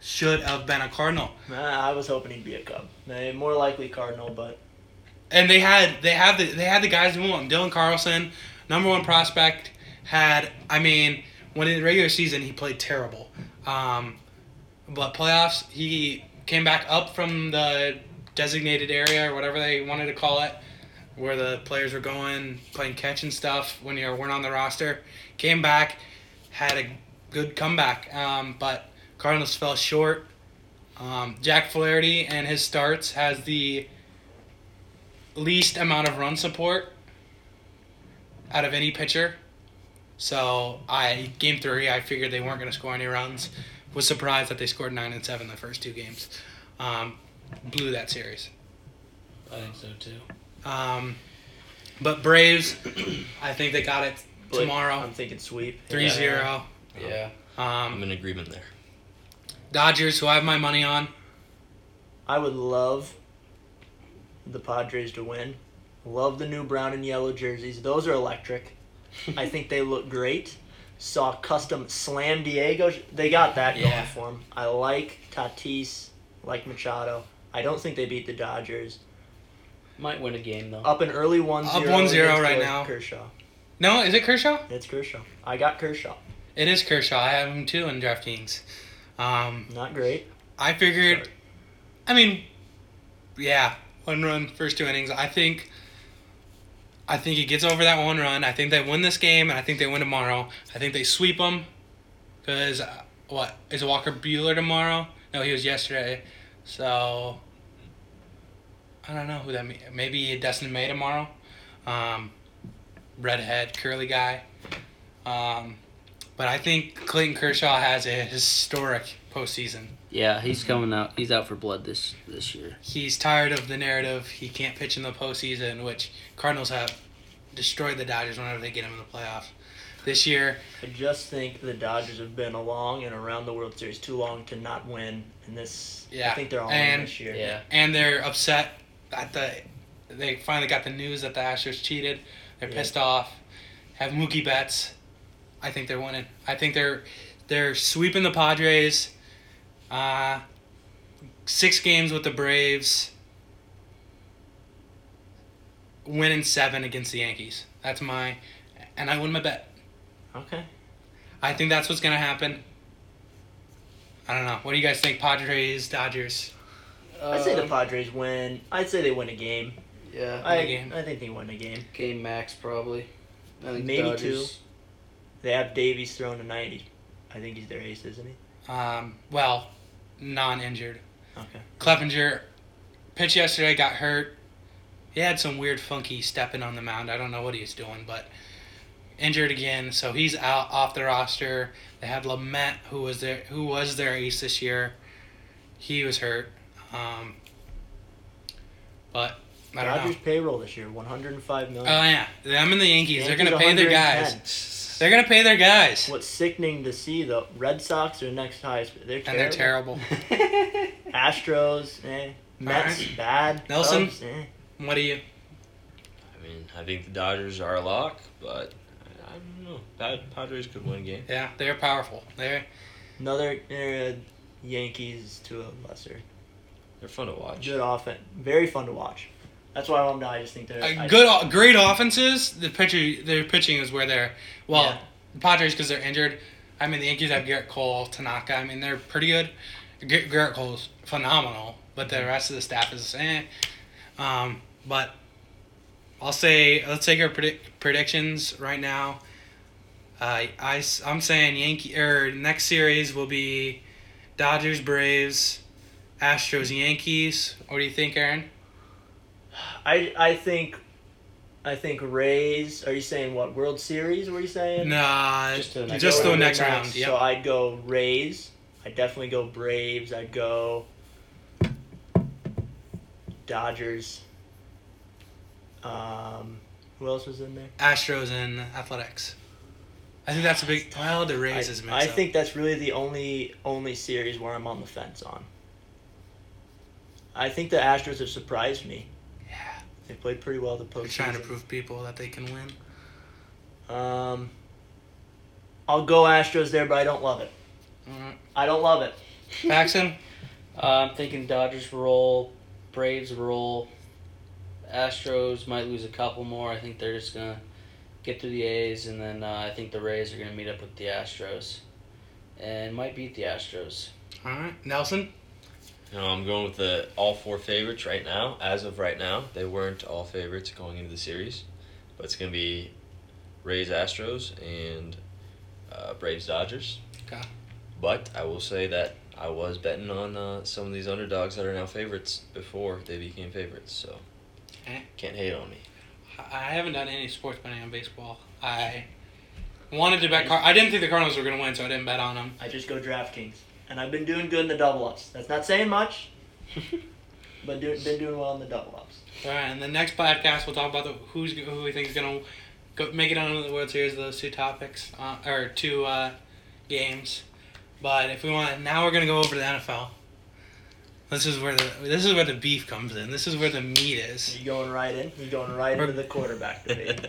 S1: Should have been a Cardinal.
S4: Nah, I was hoping he'd be a Cub. Nah, more likely Cardinal, but
S1: and they had they had the they had the guys who want Dylan Carlson, number one prospect, had I mean when in the regular season he played terrible, um, but playoffs he came back up from the designated area or whatever they wanted to call it, where the players were going playing catch and stuff when you weren't on the roster, came back, had a good comeback, um, but Cardinals fell short. Um, Jack Flaherty and his starts has the least amount of run support out of any pitcher. So I game three, I figured they weren't going to score any runs. Was surprised that they scored nine and seven the first two games. Um, blew that series.
S2: I think so too.
S1: Um, but Braves, I think they got it
S4: but
S1: tomorrow,
S4: I'm thinking sweep.
S1: 3 0.
S2: Yeah.
S3: I'm
S1: Um,
S3: in agreement there.
S1: Dodgers, who I have my money on.
S4: I would love the Padres to win. Love the new brown and yellow jerseys. Those are electric. I think they look great. Saw custom Slam Diego. They got that
S1: Yeah.
S4: going for them. I like Tatis, like Machado. I don't think they beat the Dodgers.
S2: Might win a game
S5: Uh,
S2: though.
S4: Up an early 1-0.
S1: Up 1-0
S4: against
S1: right
S4: Clayton
S1: now.
S4: Kershaw.
S1: No, is it Kershaw?
S4: It's Kershaw. I got Kershaw.
S1: It is Kershaw. I have him too in DraftKings. Um,
S4: Not great.
S1: I figured. I mean, yeah, one run, first two innings. I think. I think he gets over that one run. I think they win this game, and I think they win tomorrow. I think they sweep them, because uh, what is Walker Bueller tomorrow? No, he was yesterday. So I don't know who that may- maybe Dustin May tomorrow. Um, redhead, curly guy. Um, but I think Clayton Kershaw has a historic postseason.
S5: Yeah, he's coming out. He's out for blood this this year.
S1: he's tired of the narrative he can't pitch in the postseason, which Cardinals have destroyed the Dodgers whenever they get him in the playoffs. This year,
S4: I just think the Dodgers have been along and around the World Series too long to not win. And this,
S1: Yeah.
S4: I think they're all in
S1: And-
S4: this year.
S2: yeah.
S1: and they're upset at the they finally got the news that the Astros cheated. They're
S4: Yeah.
S1: pissed off. Have Mookie Betts. I think they're winning. I think they're they're sweeping the Padres. Uh, six games with the Braves. Winning seven against the Yankees. That's my, and I win my bet.
S4: Okay.
S1: I think that's what's gonna happen. I don't know. What do you guys think? Padres, Dodgers.
S4: I'd say the
S2: Um,
S4: Padres win. I'd say they win a game.
S2: yeah.
S4: I,
S1: game.
S4: I think they win a game.
S2: game max probably. I think
S4: Maybe
S2: Dodgers,
S4: They have Davies throwing a 90. I think he's their ace, isn't he?
S1: Um, well, non-injured.
S4: Okay.
S1: Clevenger pitched yesterday, got hurt. He had some weird, funky stepping on the mound. I don't know what he's doing, but injured again, so he's out off the roster. They had Lament, who was their who was their ace this year, He was hurt. Um, but I don't
S4: Dodgers payroll this year, 105
S1: know.
S4: million.
S1: Oh yeah, them and the Yankees. They're gonna pay
S4: Yankees,
S1: their guys.
S4: 110.
S1: They're gonna pay their guys,
S4: What's sickening to see though, Red Sox are the next highest. They're terrible.
S1: and they're terrible.
S4: Astros, eh. Mets,
S1: Alright.
S4: bad.
S1: Nelson?
S4: Cubs, eh.
S1: What do you?
S3: I mean, I think the Dodgers are a lock, but I, I don't know. Pad- Padres could win a game.
S1: Yeah, they're powerful. They're
S4: Another eh, Yankees to a lesser.
S3: They're fun to watch.
S4: Good offense. Very fun to watch. That's why I want them to. I just think they're
S1: uh,
S4: I-
S1: good, o- great offenses. The pitcher, their pitching is where they're. Well,
S4: Yeah.
S1: the Padres because they're injured. I mean, the Yankees have Garrett Cole, Tanaka. I mean, they're pretty good. G- Garrett Cole's phenomenal, but
S4: Mm-hmm.
S1: the rest of the staff is eh. Um, but I'll say let's take our predict- predictions right now. Uh, I am saying Yankee or next series will be Dodgers Braves, Astros Yankees. What do you think, Aaron?
S4: I I think I think Rays. Are you saying what World Series? Were you saying?
S1: Nah,
S2: Just
S1: just
S2: to the
S1: the next,
S2: next round.
S1: round.
S4: So
S1: Yep.
S4: I'd go Rays. I'd definitely go Braves. I'd go Dodgers. Um, who else was in there?
S1: Astros and Athletics. I think that's a big. Well, the
S4: I,
S1: Rays is mixed
S4: I
S1: up.
S4: think that's really the only only series where I'm on the fence on. I think the Astros have surprised me.
S1: Yeah,
S4: They played pretty well the
S1: they're
S4: postseason.
S1: trying to prove people that they can win.
S4: Um, I'll go Astros there, but I don't love it.
S1: Alright.
S4: I don't love it.
S1: Paxton.
S2: Uh, I'm thinking Dodgers roll, Braves roll, Astros might lose a couple more. I think they're just gonna get through the A's, and then uh, I think the Rays are gonna meet up with the Astros, and might beat the Astros.
S1: All right, Nelson.
S3: No, I'm going with the all four favorites right now. As of right now, they weren't all favorites going into the series, but it's gonna be Rays, Astros, and uh, Braves, Dodgers.
S1: Okay.
S3: But I will say that I was betting on uh, some of these underdogs that are now favorites before they became favorites, so
S1: Okay.
S3: can't hate on me.
S1: I I haven't done any sports betting on baseball. I wanted to bet. Car- I didn't think the Cardinals were going to win, so I didn't bet on them.
S4: I just go DraftKings, and I've been doing good in the double ups. That's not saying much, but do, been doing well in the double ups.
S1: All right, and the next podcast we'll talk about the, who's who we think is going to go make it onto the World Series. Those two topics uh, or two uh, games. But if we want, now we're going to go over to the NFL. This is where the this is where the beef comes in. This is where the meat is.
S4: You going right in? You going right into the quarterback debate?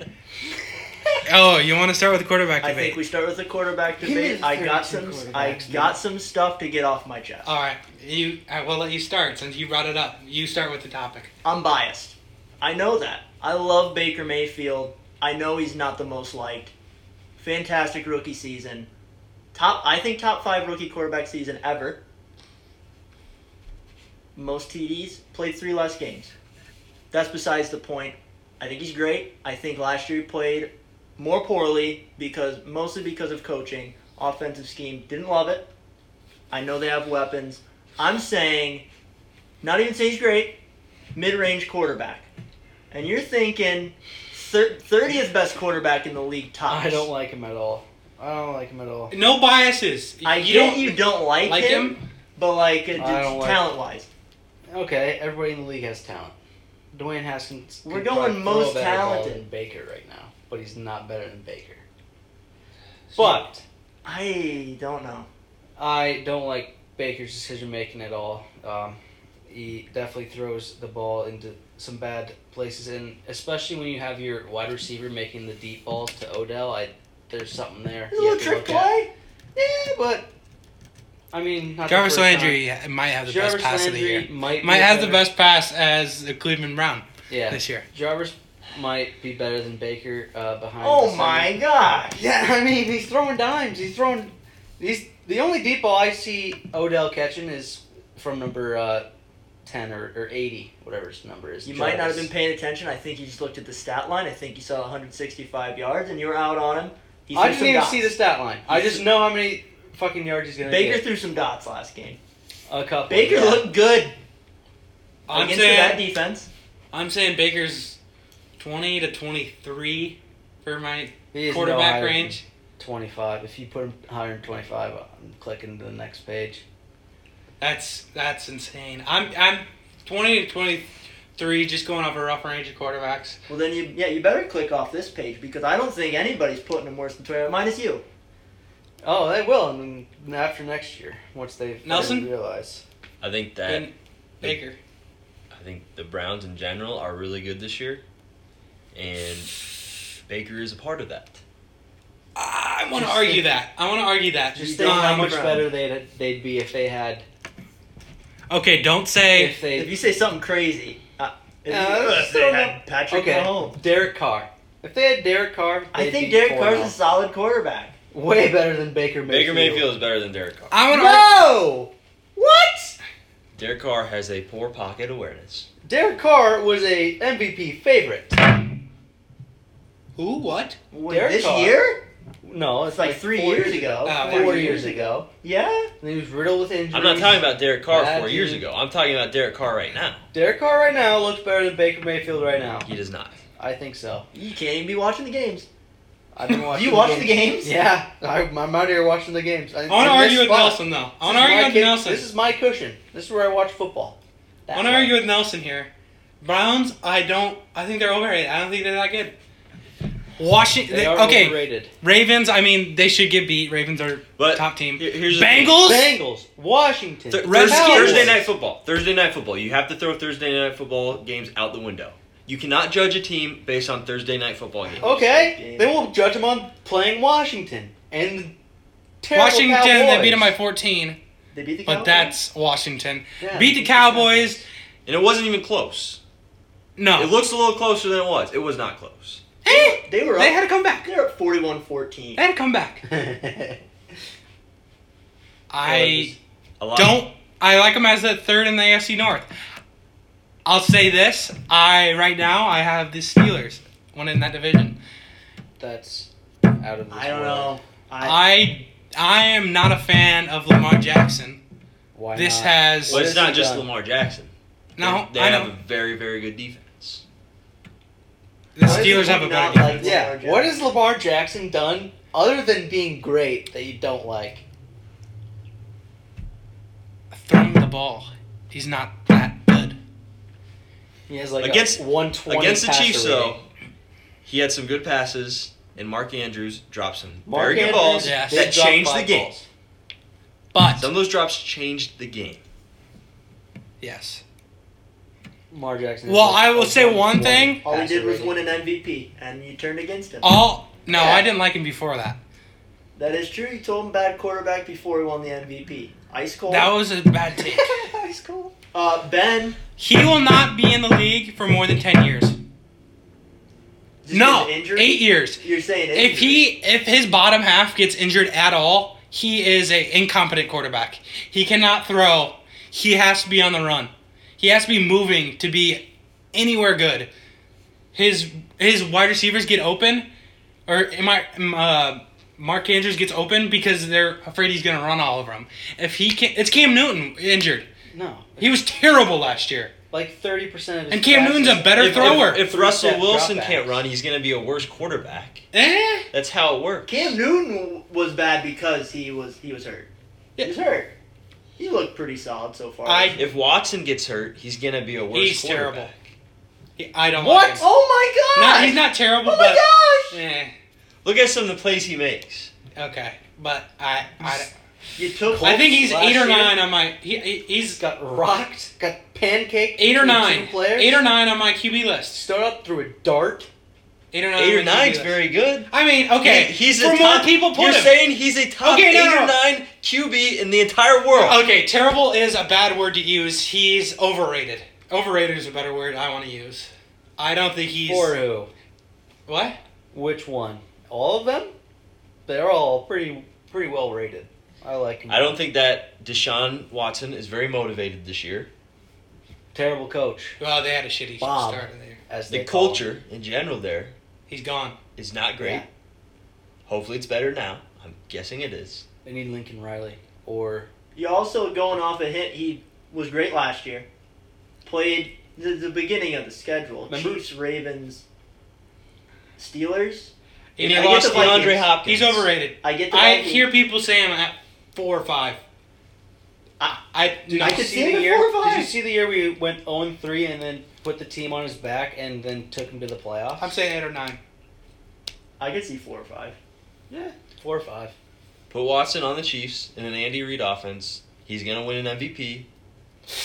S1: Oh, you want to start with the quarterback
S4: I
S1: debate?
S4: think we start with the quarterback
S2: Give me
S4: debate.
S2: the
S4: I got
S2: 32
S4: some. I
S2: quarterbacks,
S4: got some stuff to get off my chest.
S1: All right, you. I will let you start since you brought it up. You start with the topic.
S4: I'm biased. I know that. I love Baker Mayfield. I know he's not the most liked. Fantastic rookie season. Top I think top 5 rookie quarterback season ever. Most TDs, played 3 less games. That's besides the point. I think he's great. I think last year he played more poorly because mostly because of coaching, offensive scheme, didn't love it. I know they have weapons. I'm saying not even say he's great mid-range quarterback, and you're thinking thirtieth best quarterback in the league tops.
S2: I don't like him at all. I don't like him at all.
S1: No biases.
S4: I
S1: you
S4: get
S1: don't
S4: you don't like,
S1: like
S4: him,
S1: him.
S4: but like it's
S2: I don't like-
S4: talent-wise,
S2: Okay, everybody in the league has talent. Dwayne Haskins.
S4: We're
S2: could probably throw
S4: going
S2: a
S4: most
S2: better ball
S4: talented.
S2: than Baker right now, but he's not better than Baker.
S4: But- I don't know.
S2: I don't like Baker's decision making at all. Um, he definitely throws the ball into some bad places, and especially when you have your wide receiver making the deep balls to Odell, I there's something there.
S4: A
S2: you
S4: little
S2: have to
S4: trick
S2: look at.
S4: play.
S2: Yeah, but I mean, not the
S1: Jarvis
S2: first time.
S1: Landry might have the
S2: Jarvis
S1: best pass of the
S2: Landry
S1: year.
S2: might
S1: Might
S2: be
S1: have the
S2: better-
S1: best pass as a Cleveland Brown
S2: Yeah,
S1: this year.
S2: Jarvis might be better than Baker uh, behind. the
S4: Oh
S2: center.
S4: my gosh!
S2: Yeah, I mean he's throwing dimes. He's throwing. He's the only deep ball I see Odell catching is from number uh, ten or, or eighty, whatever his number is.
S4: You might not have been
S2: Jarvis.
S4: paying attention. I think you just looked at the stat line. I think you saw 165 yards, and you were out on him. He
S2: I
S4: threw
S2: didn't
S4: some
S2: even
S4: dots.
S2: see the stat line. I just know how many fucking yards he's gonna
S4: Baker
S2: get.
S4: threw some dots last game.
S2: A couple.
S4: Baker
S2: yeah.
S4: looked good
S1: I'm
S4: against that
S1: saying
S4: defense.
S1: I'm saying Baker's twenty to twenty three for my
S2: He is no
S1: quarterback
S2: higher than
S1: range.
S2: Twenty-five. If you put him higher than twenty-five, I'm clicking to the next page.
S1: That's that's insane. I'm I'm twenty to twenty three, just going off a rough range of quarterbacks.
S4: Well, then you yeah you better click off this page because I don't think anybody's putting them worse than twenty. Minus you.
S2: Oh, they will, and then after next year, once they
S1: Nelson?
S2: realize.
S3: I think that
S1: And Baker.
S3: I think the Browns in general are really good this year, and Baker is a part of that.
S1: I want to
S2: Just
S1: argue
S2: think-
S1: that. I want to argue that.
S2: Just
S1: Um,
S2: think how much
S4: Brown.
S2: better they'd they'd be if they had
S1: okay, don't say.
S2: if
S4: If
S2: they
S4: you say something crazy, uh, if
S2: Uh,
S4: you-
S2: that's
S4: they
S2: still
S4: had Patrick
S2: okay
S4: Mahomes.
S2: Derek Carr. If they had Derek Carr,
S4: I
S2: they'd
S4: think
S2: be
S4: Derek Carr's
S2: 4-0.
S4: a solid quarterback.
S2: way better than Baker Mayfield.
S3: Baker Mayfield is better than Derek Carr.
S1: I want to.
S2: No, what?
S3: Derek Carr has a poor pocket awareness.
S2: Derek Carr was a MVP favorite.
S1: Who? What?
S4: What,
S2: Derek
S4: this
S2: Carr.
S4: yeir?
S2: No, it's
S4: Oh, It's like three
S2: four
S4: years ago.
S1: Uh,
S2: Four years ago,
S4: Yeah.
S2: and he was riddled with injuries.
S3: I'm not talking about Derek Carr
S2: Bad
S3: four years
S2: dude.
S3: ago. I'm talking about Derek Carr right now.
S2: Derek Carr right now looks better than Baker Mayfield right now.
S3: He does not.
S2: I think so.
S4: You can't even be watching the games.
S2: I've been
S1: You
S2: watching.
S4: you watch the games?
S2: Yeah, I, I'm out here watching the games. I,
S1: I want to
S2: in this
S1: argue with
S2: spot,
S1: Nelson though. I
S2: this
S1: want to
S2: is
S1: argue
S2: my
S1: with
S2: kid-
S1: Nelson.
S2: This is my cushion. This is where I watch football.
S1: I
S2: That
S1: want to
S2: way.
S1: argue with Nelson here. Browns, I don't. I think they're overrated. I don't think they're that good. Washington.
S2: They are
S1: okay.
S2: overrated.
S1: Ravens. I mean, they should get beat. Ravens are
S3: But
S1: top team.
S3: here- here's the thing.
S1: Bengals.
S2: Bengals, Washington,
S3: Th-
S1: Red
S3: Thursday,
S1: Cowboys.
S3: Thursday night football. Thursday night football. You have to throw Thursday night football games out the window. You cannot judge a team based on Thursday night football games.
S2: Okay, then we'll judge them on playing Washington and the terrible
S1: Washington. They
S2: Cowboys.
S1: beat them by fourteen,
S4: They beat the
S1: but
S4: Cowboys.
S1: that's Washington.
S2: Yeah,
S1: beat the Cowboys.
S3: And it wasn't even close.
S1: No.
S3: It looks a little closer than it was. It was not close.
S1: Eh,
S4: They were up.
S1: they had to come back.
S4: They're up 41-14.
S1: They had to come back. I
S3: A lot
S1: don't. I like them as the third in the AFC North. I'll say this. I right now I have the Steelers winning that division.
S2: That's out of this
S4: I don't
S2: world.
S4: know. I,
S1: I I am not a fan of Lamar Jackson.
S2: Why
S1: this
S2: not?
S1: has
S3: Well,
S2: What has
S3: it's not
S2: he
S3: just
S2: done?
S3: Lamar Jackson.
S1: no.
S3: They, they
S1: I
S3: have
S1: know
S3: a very, very good defense.
S1: the
S4: Why does
S1: Steelers
S4: he
S1: have a better
S4: not
S1: defense.
S4: like Lamar
S2: Yeah.
S4: Jackson?
S2: What has Lamar Jackson done other than being great that you don't like?
S1: throwing the ball. He's not that good.
S2: He has like
S3: Against-
S2: a 120
S3: Against the
S2: passer
S3: Chiefs,
S2: rating.
S3: though, he had some good passes, and Mark Andrews dropped some
S2: Mark
S3: very good
S2: Andrews
S3: balls
S1: Yes.
S2: did
S3: that
S2: drop
S3: changed the
S2: five
S3: game.
S2: balls.
S1: But
S3: Some of those drops changed the game.
S1: yes.
S2: Lamar Jackson.
S1: Well,
S2: has like
S1: I will
S2: a
S1: say one
S2: 120
S1: thing.
S4: all we
S2: passer
S4: did was
S2: rating.
S4: win an MVP, and you turned against him.
S1: All no,
S2: Yeah.
S1: I didn't like him before that.
S4: That is true. You told him bad quarterback before he won the MVP. Ice cold.
S1: That was a bad take.
S4: Ice cold. Uh, Ben.
S1: He will not be in the league for more than ten years.
S4: just
S1: No,
S4: because of injury?
S1: eight years.
S4: You're saying injury.
S1: If he if his bottom half gets injured at all, he is a incompetent quarterback. He cannot throw. He has to be on the run. He has to be moving to be anywhere good. His his wide receivers get open, or am I? am, Uh, Mark Andrews gets open because they're afraid he's going to run all over him. If he can, it's Cam Newton injured.
S2: No,
S1: He was terrible last year,
S2: like 30% of his
S1: and Cam
S2: passes-
S1: Newton's a better
S3: If,
S1: thrower.
S3: if, if
S2: Three
S3: Russell
S2: step
S3: Wilson
S2: dropbacks.
S3: can't run, he's going to be a worse quarterback.
S1: eh?
S3: That's how it works.
S4: Cam Newton was bad because he was he was hurt. He was hurt. He looked pretty solid so far.
S1: I-
S3: If Watson gets hurt, he's going to be a worse
S1: He's
S3: quarterback.
S1: terrible. He- I don't
S4: What?
S1: like him.
S4: Oh my god!
S1: No, he's not terrible,
S4: Oh
S1: but
S4: my gosh!
S1: eh,
S3: Look at some of the plays he makes.
S1: okay. But I, I,
S4: You took.
S1: I think he's
S2: last
S1: eight or
S2: year?
S1: nine on my. He, he- he's
S2: got rocked, got pancaked.
S1: eight or
S2: between
S1: nine,
S2: Two players.
S1: eight or nine on my QB list.
S2: Start up through a dart.
S1: Eight or nine.
S3: Eight
S1: on
S3: or
S1: my QB
S3: nine's
S1: list.
S3: very good.
S1: I mean, okay.
S3: He- he's
S1: for
S3: a
S1: more
S3: top,
S1: people put
S3: You're
S1: him.
S3: saying he's a top
S1: Okay, no,
S3: eight
S1: no.
S3: or nine QB in the entire world.
S1: okay, terrible is a bad word to use. He's overrated. Overrated is a better word I want to use. I don't think he's
S2: For who?
S1: what.
S2: Which one? All of them? They're all pretty pretty well rated. I like him.
S3: I don't think that Deshaun Watson is very motivated this year.
S2: terrible coach
S1: Well, they had a shitty
S2: Bob.
S1: start in there.
S2: as
S3: The
S2: they call him.
S3: culture in general there
S1: He's gone.
S3: is not great.
S2: Yeah.
S3: Hopefully it's better now. I'm guessing it is.
S2: They need Lincoln Riley or
S4: You also going off a hint. He was great last year. Played the, the beginning of the schedule.
S2: Remember-
S4: Chiefs, Ravens, Steelers.
S1: And
S3: They
S1: he
S4: I get
S1: lost
S4: the Vikings.
S3: DeAndre Hopkins.
S1: He's overrated.
S4: I get the
S1: I
S4: Vikings.
S1: hear people say him at four or five. I
S2: Did
S1: no,
S2: you
S4: could
S2: see
S4: see him
S2: the
S4: at
S2: year?
S4: four or
S2: Did you
S4: five.
S2: see the year we went 0 3 and then put the team on his back and then took him to the playoffs?
S1: I'm saying eight or nine.
S4: I could see four or five.
S2: yeah, four or five.
S3: Put Watson on the Chiefs in an Andy Reid offense. He's gonna win an MVP.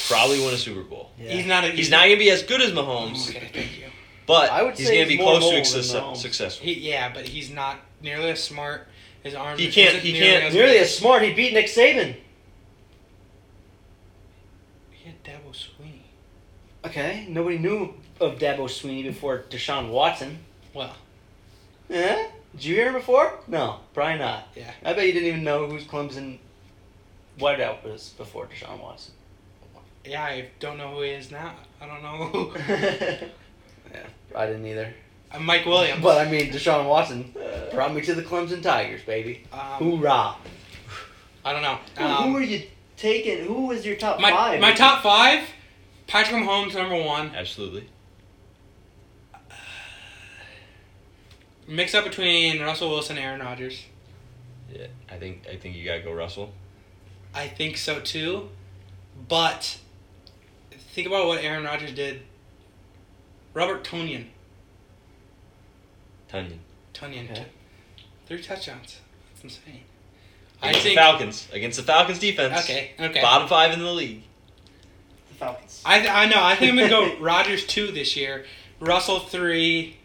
S3: Probably win a Super Bowl.
S1: He's not. A,
S3: He's not gonna be as good as Mahomes,
S1: Okay, thank you.
S3: but
S2: I would
S3: he's
S2: say
S3: gonna
S2: he's
S3: be
S2: more
S3: close to
S2: mobile than
S3: success,
S2: Mahomes.
S3: successful.
S1: He, yeah, but he's not nearly as smart. His arms.
S3: He
S1: are-
S3: can't-
S1: isn't
S3: he
S1: nearly
S3: can't-
S1: As
S2: Nearly
S1: good.
S2: as smart. He beat Nick Saban.
S1: He had Dabo Sweeney.
S2: Okay, nobody knew of Dabo Sweeney before Deshaun Watson.
S1: Well,
S2: Yeah? Did you hear him before? No, probably not.
S1: Yeah.
S2: I bet you didn't even know who's Clemson wideout was before Deshaun Watson.
S1: yeah, I don't know who he is now. I don't know. who-
S2: I didn't either.
S1: Uh, Mike Williams.
S2: But I mean, Deshaun Watson brought me to the Clemson Tigers, baby.
S1: um,
S2: Hoorah!
S1: I don't know.
S4: Who-
S1: Um,
S4: who are you taking? Who was your top
S1: my
S4: five?
S1: my top five. Patrick Mahomes number one.
S3: Absolutely.
S1: Mix up between Russell Wilson, and Aaron Rodgers.
S3: Yeah, I think I think you gotta go Russell.
S1: I think so too, but think about what Aaron Rodgers did. Robert Tonyan,
S3: Tunyon.
S1: Tonyan,
S2: Okay.
S1: three touchdowns. That's insane. I
S3: Against the
S1: think.
S3: Falcons. Against the Falcons defense.
S1: Okay. Okay.
S3: Bottom five in the league.
S4: The Falcons.
S1: I, th- I know. I think I'm gonna go Rodgers two this year. Russell three.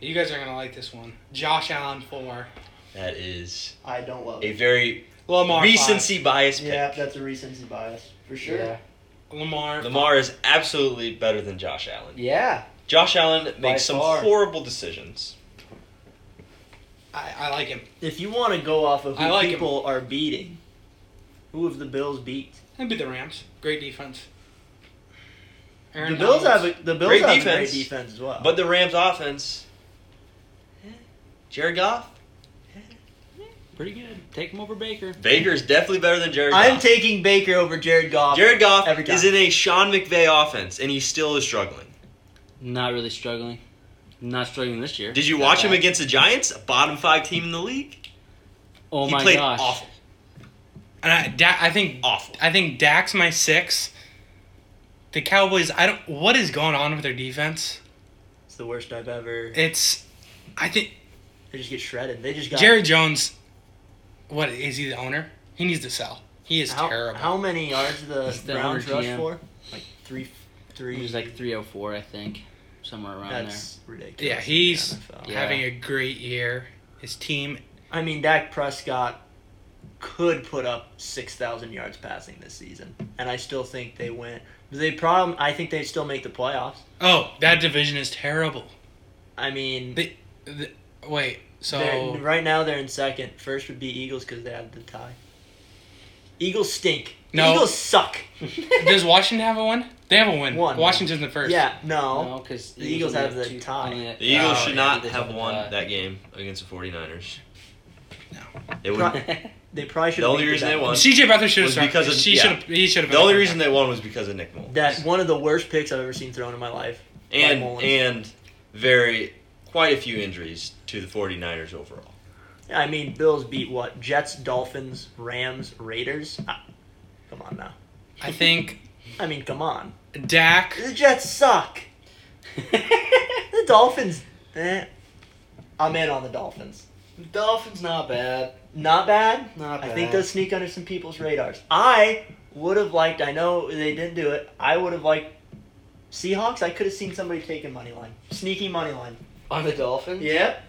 S1: You guys are gonna like this one. Josh Allen four.
S3: That is
S4: I don't love
S3: a
S4: it.
S3: very
S1: Lamar five.
S3: recency bias pick.
S4: Yeah, that's a recency bias for sure.
S2: Yeah.
S1: Lamar.
S3: Lamar is absolutely better than Josh Allen.
S2: Yeah.
S3: Josh Allen
S2: By
S3: makes some
S2: far.
S3: horrible decisions.
S1: I, I like him.
S4: If you want to go off of
S1: I
S4: who
S1: like
S4: people are beating, who have the Bills beat?
S1: That'd be the Rams. Great defense. Aaron
S4: the Bills
S1: Donald.
S4: have a, the Bills
S3: Great
S4: have a
S3: defense.
S4: great defense as well.
S3: But the Rams offense. Jared Goff?
S5: Pretty good. Take him over Baker.
S3: Baker is definitely better than Jared
S4: I'm
S3: Goff.
S4: taking Baker over Jared Goff.
S3: Jared Goff
S4: every time.
S3: is in a Sean McVay offense, and he still is struggling.
S5: Not really struggling. Not struggling this year.
S3: Did you
S5: That
S3: watch
S2: Uh,
S3: him
S5: bad.
S3: against the Giants, a bottom five team in the league?
S5: Oh
S3: he
S5: my
S3: played
S5: gosh.
S3: awful,
S1: And I, da- I think
S3: awful.
S1: I think Dak's my six. The Cowboys, I don't. What is going on with their defense?
S4: it's the worst I've ever.
S1: It's, I think
S4: They just get shredded. They just got
S1: Jerry Jones. What is he the owner? He needs to sell. He is
S4: how,
S1: terrible.
S4: How many yards the
S5: He's the
S4: Browns
S5: owner
S4: rush
S5: GM.
S4: for? Like three,
S5: He
S4: three.
S5: was like 304, I think. Somewhere around
S4: that's ridiculous.
S1: Yeah,
S4: in the
S1: he's-
S4: NFL.
S5: yeah.
S1: Having a great year. His team.
S4: I mean, Dak Prescott could put up six thousand yards passing this season, and I still think they win. They problem. I think they still make the playoffs.
S1: Oh, that division is terrible.
S4: I mean,
S1: They- The, wait,
S4: they're-
S1: so
S4: right now they're in second. First would be Eagles because they had the tie. Eagles stink.
S1: No.
S4: Eagles suck.
S1: does Washington have a win? They have a win.
S4: One.
S1: Washington's the first.
S4: Yeah,
S2: No,
S4: no.
S2: 'cause because
S4: The Eagles have the tie.
S3: The Eagles
S1: Oh,
S3: should
S1: yeah,
S3: not have won that game against the 49ers. No. They would,
S4: Pro- They probably should.
S3: The only reason they won-
S1: CJ Beathard should have
S3: Was
S1: started.
S3: because of-
S1: she
S3: yeah.
S1: should have. He should have.
S3: the only reason they won was because of Nick Mullins.
S4: That's one of the worst picks I've ever seen thrown in my life.
S3: and
S4: by Mullins.
S3: and very quite a few injuries to the 49ers overall.
S4: I mean, Bills beat what? Jets, Dolphins, Rams, Raiders. Ah, come on now.
S1: I think
S4: I mean, come on.
S1: Dak.
S4: The Jets suck. The Dolphins. Eh. I'm in on the Dolphins.
S2: Dolphins not bad.
S4: Not bad.
S2: Not bad.
S4: I think they'll sneak under some people's radars. I would have liked. I know they didn't do it. I would have liked Seahawks. I could have seen somebody taking money line, sneaky money line.
S2: on the Dolphins.
S4: Yep.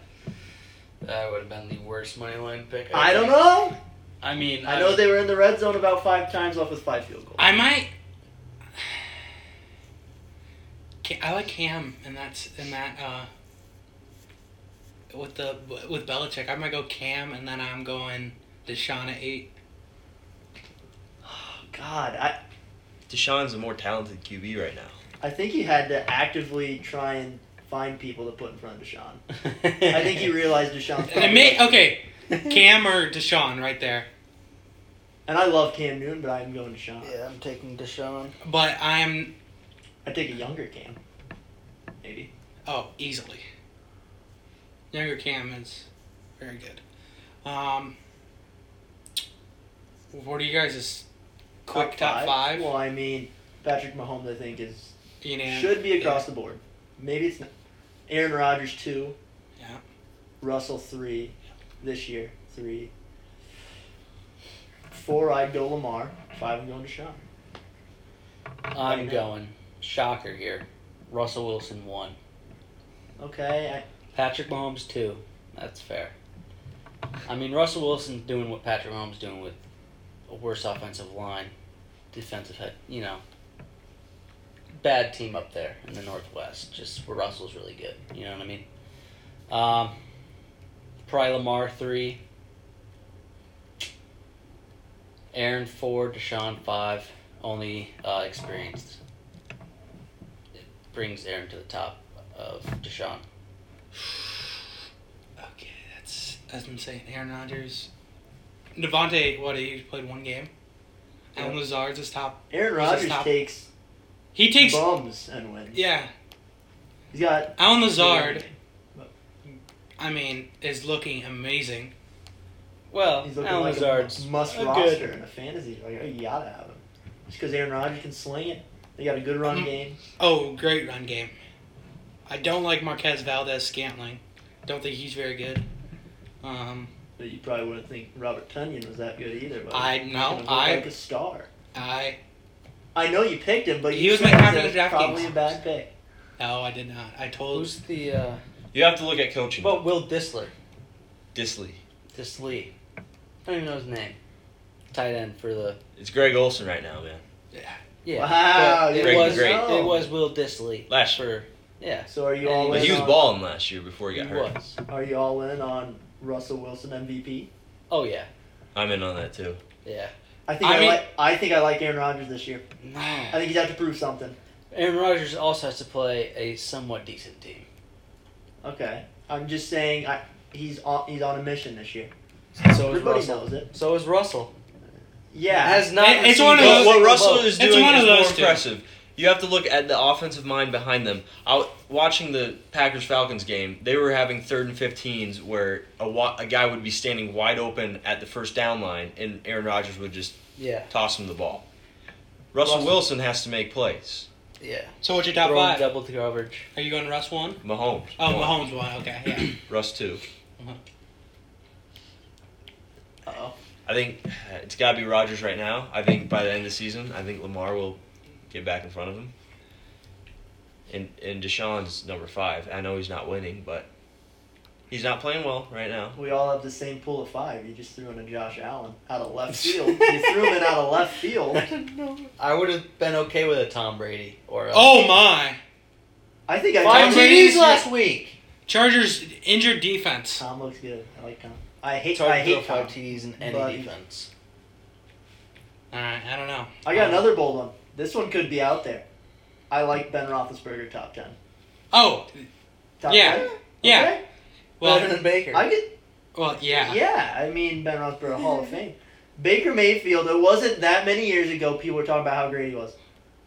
S2: that would have been the worst money line pick.
S4: I don't
S2: think.
S4: know.
S2: I mean,
S4: I know they were in the red zone about five times, left with five field goals.
S1: I might. Ca- I like Cam, and that's and that uh, with the with Belichick. I might go Cam, and then I'm going Deshaun at eight.
S4: God, I
S3: Deshaun's a more talented QB right now.
S4: I think he had to actively try and find people to put in front of Deshaun. I
S2: I
S4: think he realized Deshaun's
S1: And it may, okay,
S2: Hmm.
S1: Cam or Deshaun right there.
S4: And I love Cam Newton, but I'm going Deshaun.
S2: Yeah, I'm taking Deshaun.
S1: But I'm
S4: I take a younger Cam. Maybe.
S1: oh easily. Younger Cam is very good. Um, what are you guys' quick top five?
S4: Well, I mean, Patrick Mahomes, I think, is
S1: You know,
S4: should be across
S1: yeah.
S4: the board. Maybe it's not. Aaron Rodgers two.
S1: Yeah.
S4: Russell three. This year three. Four, I'd go Lamar. Five, I'm going Deshaun.
S2: I'm
S4: Right now.
S2: going shocker here. Russell Wilson one.
S4: Okay,
S2: Patrick Mahomes two. That's fair. I mean Russell Wilson's doing what Patrick Mahomes doing with a worse offensive line, defensive head, you know. Bad team up there in the Northwest, just where Russell's really good. You know what I mean? Um, probably Lamar three, Aaron four, Deshaun five. Only uh, experienced it brings Aaron to the top of Deshaun.
S1: Okay, that's that's insane. Aaron Rodgers, Devontae, what he played one game, and
S4: Yeah.
S1: Lazard's his top.
S4: I, Aaron
S1: He's just
S4: Rodgers
S1: not-
S4: takes
S1: He takes
S4: bums and wins.
S1: yeah.
S4: He's got
S1: Alan Lazard, I mean, is looking amazing.
S2: Well,
S4: He's looking
S2: Alan
S4: like
S2: Lazard's
S4: a must
S2: a
S4: roster
S2: good-
S4: in a fantasy. Like, you gotta have him. Just because Aaron Rodgers can sling it. They got a good run
S1: Mhm.
S4: game.
S1: Oh, great run game. I don't like Marquez Valdez Scantling. Don't think he's very good. Um,
S4: But you probably wouldn't think Robert Tunyon was that good either. But
S1: I-
S4: he's
S1: no,
S4: gonna look
S1: I-
S4: like a star.
S1: I
S4: I know you picked him, but
S1: He
S4: you
S1: was my
S4: said
S1: captain
S4: that
S1: of
S4: it's Probably
S1: DraftKings.
S4: a bad pick.
S1: no, I did not. I told
S2: Who's the? Uh,
S3: You have to look at coaching.
S2: well, Will Disler,
S3: Disley.
S2: Disley. I don't even know his name. Tight end for the.
S3: It's Greg Olson right now, man.
S2: Yeah.
S4: Wow,
S2: but
S4: you
S2: it
S3: didn't
S2: was
S3: great.
S2: it was Will Disley
S3: Last year.
S2: for yeah.
S4: So are
S2: And
S4: you
S2: he
S4: all
S3: But
S4: in?
S3: he was
S4: on,
S3: balling last year before he
S2: He
S3: got hurt.
S2: was.
S4: Are you all in on Russell Wilson MVP?
S2: Oh yeah,
S3: I'm in on that too.
S2: yeah.
S4: I think
S1: I
S4: I,
S1: mean-
S4: like. I think I like Aaron Rodgers this year. I
S2: No.
S4: think he's out to prove something.
S2: Aaron Rodgers also has to play a somewhat decent team.
S4: Okay, I'm just saying. I, he's on. He's on a mission this year.
S2: So is
S4: Everybody
S2: Russell.
S4: knows it.
S2: So is Russell.
S4: Yeah.
S2: Has not.
S1: It- it's
S2: received
S1: one of
S2: a
S1: those-
S3: What, what
S2: single
S3: Russell
S2: vote.
S3: is
S1: It's
S3: doing
S1: one
S3: is
S1: of
S3: more
S1: those two.
S3: impressive. You have to look at the offensive mind behind them. Out watching the Packers Falcons game, they were having third and 15s where a, wa- a guy would be standing wide open at the first down line, and Aaron Rodgers would just
S2: Yeah,
S3: toss him the ball. Russell,
S2: Russell.
S3: Wilson has to make plays.
S2: yeah.
S1: So what's your top
S2: Throwing
S1: five?
S2: double to coverage.
S1: Are you going Russ one?
S3: Mahomes.
S1: Oh,
S3: one.
S1: Mahomes one. Okay, yeah.
S3: Russ two.
S4: Uh-oh.
S3: I think uh, it's got to be Rodgers right now. I think by the end of the season, I think Lamar will get back in front of him. And and Deshaun's number five. I know he's not winning, but he's not playing well right now.
S4: We all have the same pool of five. You just threw in a Josh Allen out of left field. you threw him in out of left field.
S2: I would have been okay with a Tom Brady or a
S1: Oh my!
S4: I think I
S2: five
S1: Tom Brady's
S2: TDs last week.
S1: Chargers injured defense.
S4: Tom looks good. I like Tom. I hate.
S2: It's hard
S4: I
S2: to throw
S4: hate Tom.
S2: five TDs in any
S4: Buddy.
S2: defense.
S1: All right, I don't know.
S4: I got another bold one. This one could be out there. I like Ben Roethlisberger top ten.
S1: Oh,
S4: Top
S1: Yeah.
S4: 10?
S1: Yeah.
S4: Okay.
S1: well,
S2: than Baker.
S4: I get.
S1: well,
S4: Yeah.
S1: yeah.
S4: I mean Ben Roethlisberger Hall of Fame. Baker Mayfield. It wasn't that many years ago. People were talking about how great he was.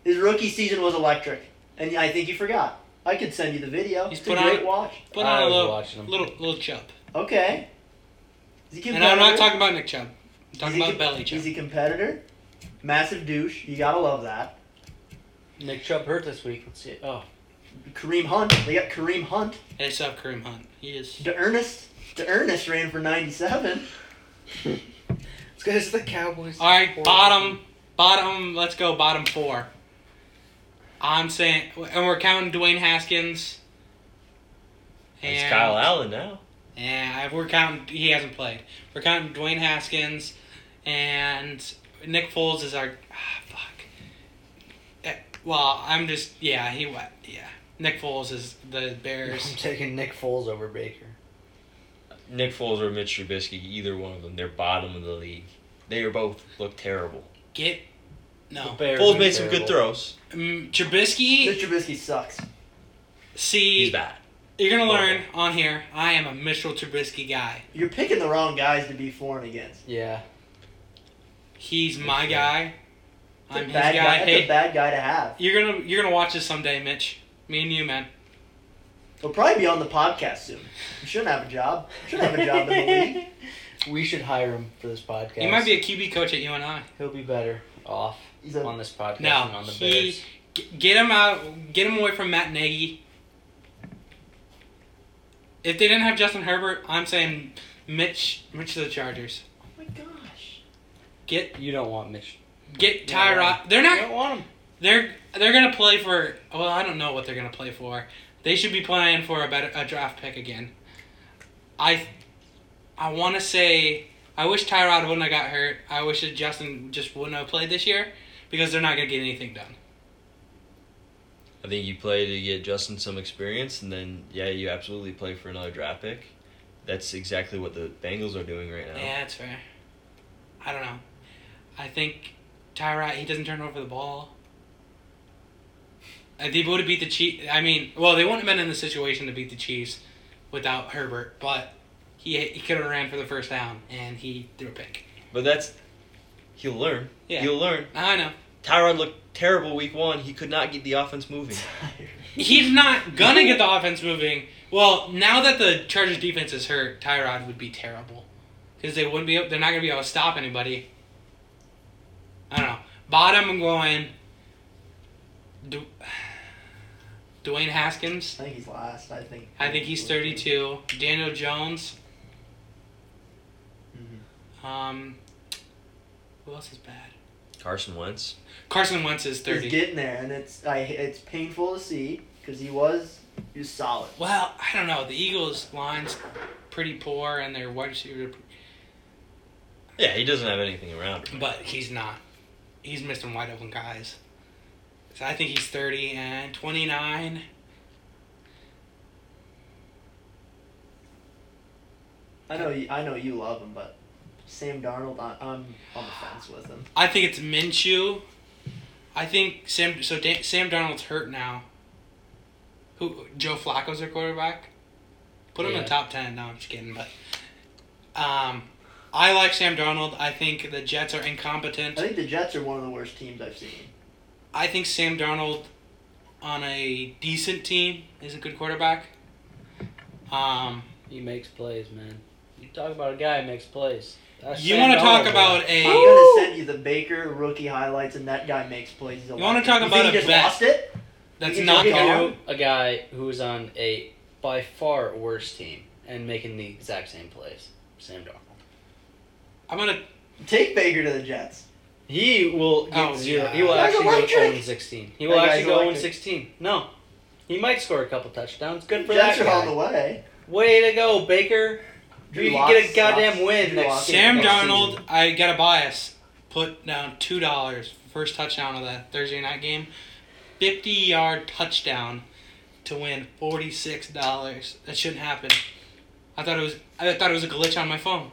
S4: His rookie season was electric, and I think you forgot. I could send you the video.
S1: He's
S4: it's a
S1: put
S4: great
S1: on-
S4: watch.
S1: Put on
S2: I
S1: a
S2: was
S1: little,
S2: watching him.
S1: little, little chump.
S4: Okay. Is he
S1: And I'm not
S4: competitive?
S1: talking about Nick Chubb. I'm talking
S4: Is he
S1: about
S4: com-
S1: Belly Chubb.
S4: Is he competitor? Massive douche. You gotta love that.
S2: Nick Chubb hurt this week. Let's see. Oh,
S4: Kareem Hunt. They got Kareem Hunt.
S1: Hey, it's up Kareem Hunt. He is.
S4: DeErnest. DeErnest ran for 97.
S2: it's because the Cowboys.
S1: All right, bottom, bottom. Let's go bottom four. I'm saying, and we're counting Dwayne Haskins.
S3: It's Kyle Allen now.
S1: And we're counting. He hasn't played. We're counting Dwayne Haskins, and Nick Foles is our. Ah, fuck. Eh, Well, I'm just yeah. He what? Yeah. Nick Foles is the
S2: I'm
S1: Bears.
S2: taking Nick Foles over Baker.
S3: Nick Foles or Mitch Trubisky, either one of them, they're bottom of the league. They are both look terrible.
S1: Get
S2: The
S1: no.
S2: Bears
S3: Foles
S2: are
S3: made some good
S2: terrible.
S3: throws.
S1: Um,
S4: Mitch
S1: Trubisky.
S4: Trubisky sucks.
S3: He's
S1: See,
S3: bad.
S1: you're gonna learn on here. I am a Mitchell Trubisky guy.
S4: You're picking the wrong guys to be for and against.
S2: Yeah.
S1: He's my
S3: Okay.
S1: guy.
S4: It's
S1: I'm
S4: a
S1: his
S4: bad guy.
S1: guy.
S4: That's a
S1: Hey,
S4: bad guy to have.
S1: you're gonna you're gonna watch this someday, Mitch. Me and you, man.
S4: We'll probably be on the podcast soon. You shouldn't have a job. You shouldn't have a job in the league.
S2: We should hire him for this podcast.
S1: He might be a QB coach at UNI.
S2: He'll be better off
S4: He's a, oh
S2: on this podcast
S1: No,
S2: and on the
S1: he-
S2: Bears.
S1: G- get him out. Get him away from Matt Nagy. If they didn't have Justin Herbert, I'm saying Mitch. Mitch to the Chargers.
S4: oh my gosh.
S1: Get
S2: You don't want Mitch.
S1: get
S2: Yeah.
S1: Tyrod. They're
S4: I
S1: not.
S4: don't want him.
S1: They're they're gonna play for. Well, I don't know what they're gonna play for. They should be playing for a better a draft pick again. I I want to say I wish Tyrod wouldn't have got hurt. I wish that Justin just wouldn't have played this year because they're not gonna get anything done.
S3: I think you play to get Justin some experience, and then yeah, you absolutely play for another draft pick. That's exactly what the Bengals are doing right now.
S1: Yeah, that's fair. I don't know. I think Tyrod he doesn't turn over the ball. Uh, They would have beat the Chiefs. I mean, well, they wouldn't have been in the situation to beat the Chiefs without Herbert, but he he could have ran for the first down and he threw a pick.
S3: But that's he'll learn.
S1: Yeah.
S3: He'll learn.
S1: I know
S3: Tyrod looked terrible week one. He could not get the offense moving.
S1: he's not gonna get the offense moving. Well, now that the Chargers defense is hurt, Tyrod would be terrible because they wouldn't be. They're not gonna be able to stop anybody. I don't know. Bottom, I'm going. Du- Dwayne Haskins.
S4: I think he's last. I think.
S1: I think he's 32. Daniel Jones.
S4: Mm-hmm.
S1: Um, who else is bad?
S3: Carson Wentz.
S1: Carson Wentz is
S4: He's
S1: 30.
S4: getting there, and it's I it's painful to see because he was he was solid.
S1: Well, I don't know. The Eagles' line's pretty poor, and their wide receiver
S3: Yeah, he doesn't have anything around him.
S1: But he's not. He's missing wide open guys. So I think he's 30 and 29.
S4: I know you, I know you love him, but Sam Darnold, I, I'm on the fence with him.
S1: I think it's Minshew. I think Sam. So Dan, Sam Donald's hurt now. Who Joe Flacco's their quarterback. Put him in
S2: Yeah.
S1: the top ten. No, I'm just kidding. But um, I like Sam Donald. I think the Jets are incompetent.
S4: I think the Jets are one of the worst teams I've seen.
S1: I think Sam Darnold on a decent team is a good quarterback. Um,
S2: He makes plays, man. You talk about a guy who makes plays. That's
S1: you
S2: Uh, Sam
S1: want to talk
S2: Darnold,
S1: about a?
S4: I'm gonna send you the Baker rookie highlights, and that guy makes plays. He's a
S1: You wanna
S4: linebacker.
S1: talk
S4: you
S1: about
S4: think
S1: a
S4: he just
S1: bet?
S4: lost it?
S1: That's
S4: He's
S1: not
S4: already
S1: gonna.
S4: gone.
S2: bro. a guy who is on a by far worse team and making the exact same plays. Sam Darnold.
S1: I'm gonna.
S4: Take Baker to the Jets.
S2: He will get
S1: Oh,
S2: zero.
S1: yeah.
S2: He will
S4: That guy's
S2: actually go
S4: electric.
S2: 0 16. He will
S4: That guy's
S2: actually go 0
S4: electric.
S2: 16. No. He might score a couple touchdowns. Good for
S4: Jets
S2: that
S4: are on
S2: guy.
S4: the way.
S2: Way to go, Baker.
S4: Drew
S2: you
S4: Lock
S2: can get a
S4: sucks.
S2: goddamn win
S4: Drew
S2: next
S4: Lock is
S1: Sam
S2: next season.
S1: Darnold, I got a bias. Put down two dollars first touchdown of that Thursday night game, fifty yard touchdown to win forty six dollars. That shouldn't happen. I thought it was. I thought it was a glitch on my phone.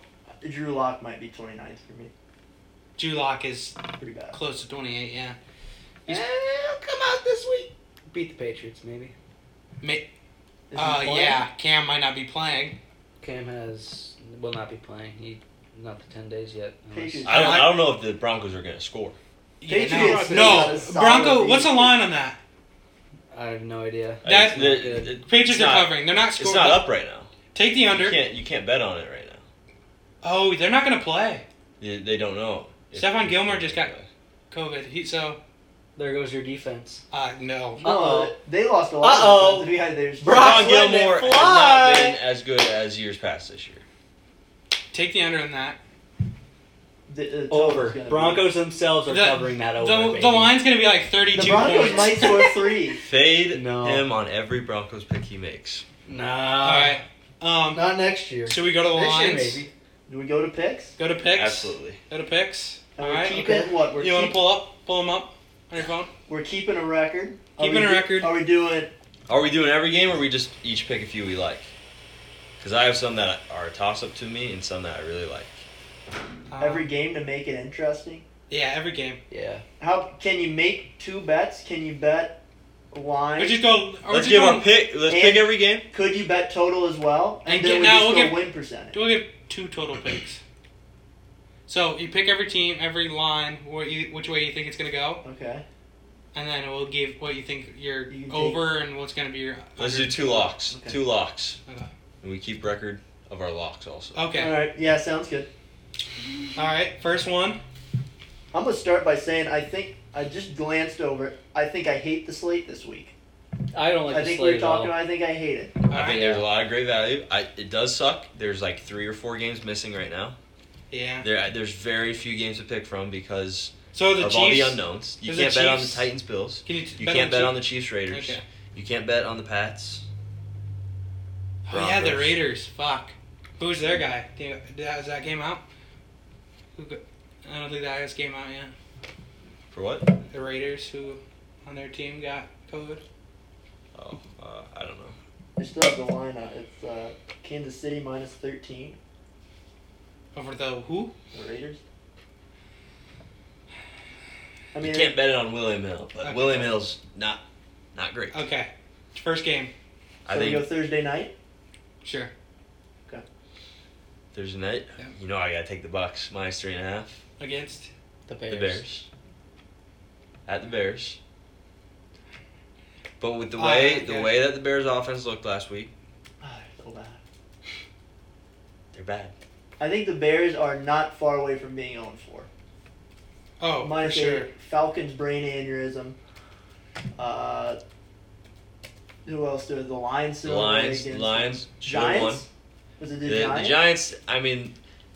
S4: Drew Lock might be 29th for me.
S1: Drew Lock is
S4: Pretty bad.
S1: close to twenty eight. Yeah.
S2: Eh,
S1: He's-
S2: he'll come out this week. Beat the Patriots, maybe.
S4: Is he
S1: Uh,
S4: playing?
S1: yeah. Cam might not be playing.
S2: Cam has will not be playing. He not the ten days yet. unless-
S4: Patriots.
S3: I don't. I don't know if the Broncos are gonna score.
S1: Yeah, no,
S4: Patriots is
S1: no.
S4: a solid
S1: Bronco. What's the
S4: defense.
S1: line on that?
S2: I have no idea.
S3: I-
S1: That-
S3: the- it- it's
S1: Patriots are
S3: not-
S1: covering. They're not
S3: It's
S1: scoring.
S3: not up right now.
S1: Take the
S3: You
S1: under.
S3: can't. You can't bet on it right now.
S1: Oh, they're not gonna play.
S3: They, they don't know.
S1: Stephon Gilmore just got- COVID. He so
S2: There goes your defense.
S1: uh no.
S4: No,
S2: Uh-oh.
S4: they lost a lot.
S2: Uh-oh.
S4: Of defense. we had theirs.
S2: Brock
S3: Stephon
S2: letting it
S3: Gilmore has
S2: fly.
S3: not been as good as years past this year.
S1: Take the under in that.
S4: The- the total's
S2: Over.
S4: gonna be-
S2: Broncos themselves are
S1: The-
S2: covering that over.
S1: the,
S2: baby.
S1: the line's gonna be like thirty
S4: The
S1: two
S4: Broncos
S1: points.
S4: might score three.
S3: Fade
S2: No.
S3: him on every Broncos pick he makes.
S2: Nah.
S1: Alright. Um
S2: Not next year.
S1: should we go to the
S2: Next year,
S1: lines?
S2: maybe.
S4: Do we go to picks?
S1: Go to picks.
S3: Absolutely.
S1: Go to picks.
S4: And we're
S1: Alright,
S4: keeping
S2: okay.
S4: what? We're,
S1: You wanna
S4: keep-
S1: pull up pull them up on your phone?
S4: we're keeping a record. Are
S1: Keeping
S4: we
S1: a
S4: do-
S1: record.
S4: Are we doing?
S3: Are we doing every game, or we just each pick a few we like? Because I have some that are a toss up to me, and some that I really like.
S1: Um,
S4: every game to make it interesting?
S1: Yeah, every game.
S2: Yeah.
S4: How can you make two bets? Can you bet
S1: We
S4: line?
S1: just go are we
S3: Let's
S1: just
S3: give
S1: going,
S3: our pick. Let's
S4: And-
S3: pick every game.
S4: Could you bet total as well? And,
S1: And
S4: then
S1: get-
S4: we
S1: now
S4: just
S1: we'll
S4: go
S1: get-
S4: win percentage.
S1: do we get two total picks? So you pick every team, every line, what you, which way you think it's gonna go,
S4: Okay.
S1: and then we'll give what you think your
S4: You can take-
S1: over and what's gonna be your.
S3: Let's
S1: under.
S3: do two locks.
S4: Okay.
S3: Two locks.
S1: Okay.
S3: And we keep record of our locks also.
S1: Okay.
S4: All right. Yeah, sounds good.
S1: All right. First one.
S4: I'm gonna start by saying I think I just glanced over it. I think I hate the slate this week.
S2: I don't like
S4: I
S2: the
S4: think
S2: slate
S4: we're
S2: at all.
S4: talking. I think I hate it.
S1: All
S3: I think
S1: right.
S3: there's a lot of great value. I, it does suck. There's like three or four games missing right now.
S1: Yeah.
S3: There, there's very few games to pick from because
S1: So the
S3: of
S1: Chiefs.
S3: all the unknowns. You
S1: Is the
S3: can't bet on the
S1: Chiefs-
S3: Titans, Bills.
S1: Can you,
S3: You can't bet on the Chiefs, Raiders.
S1: Okay.
S3: You can't bet on the Pats.
S1: Oh yeah, the
S3: Broncos.
S1: Raiders. Fuck. Who's their guy? Do you, did that, was that game out? Who, go- I don't think that just came out yet.
S3: For what?
S1: The Raiders, who on their team got COVID.
S3: Oh, uh, I don't know.
S4: I still have the line on. it. It's uh, Kansas City minus 13.
S1: Over the who?
S4: The Raiders. I
S3: You
S4: mean,
S3: can't bet it on William Hill, but
S1: Okay.
S3: William Hill's not not great.
S1: Okay. First game.
S3: I
S4: so we go
S3: think
S4: Thursday night.
S1: Sure.
S3: Thursday night,
S1: Yeah.
S3: you know I gotta take the Bucks minus three and a half.
S1: Against.
S2: the Bears.
S3: The Bears. At the Bears. But with the
S4: Uh,
S1: Ah,
S3: way
S1: okay.
S3: the way that the Bears offense looked last week,
S4: Ah, so bad.
S3: they're bad.
S4: I think the Bears are not far away from being 0 4.
S1: Oh,
S4: My
S1: for sure.
S4: Falcons brain aneurysm. Uh, who else? There? The Lions.
S3: The
S4: still
S3: Lions,
S4: against-
S3: Lions should have won.
S4: Giants. Was it
S3: The,
S4: the,
S3: the
S4: Giants?
S3: Giants, I mean,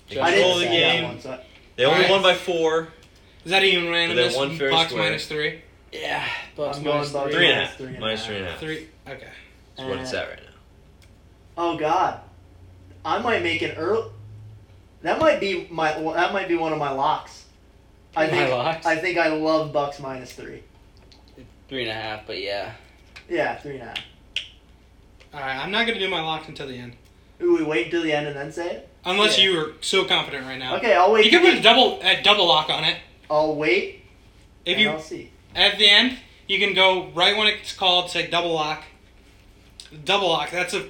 S3: they
S2: I
S4: I didn't
S3: controlled
S4: see
S3: the
S2: say
S4: that
S3: game.
S4: one, so I-
S3: They only
S1: Alright.
S3: won by four.
S1: Is that even random?
S3: one fair
S1: Bucks
S3: square.
S1: minus three.
S2: Yeah. Bucks
S4: I'm
S2: minus
S4: going Bucks
S3: Three
S2: three.
S3: and a half.
S4: Minus three and a
S3: Minus
S4: half.
S3: three and a half.
S1: Three. Okay.
S3: That's what it's
S4: Uh,
S3: at right now.
S4: Oh God, I might make an early. That might be my. well, That might be one of my locks. I
S2: My
S4: think.
S2: locks?
S4: I think I love Bucks minus three.
S2: Three and a half, but yeah.
S4: Yeah, three and a half.
S1: All right. I'm not gonna do my locks until the end,
S4: Ooh, we wait until the end and then say it.
S1: unless
S4: Yeah.
S1: you are so confident right now.
S4: Okay, I'll wait.
S1: You can
S4: till
S1: put a
S4: the-
S1: double a double lock on it.
S4: I'll wait.
S1: If
S4: and
S1: you
S4: I'll see.
S1: At the end, you can go right when it's called, say double lock. Double lock. That's a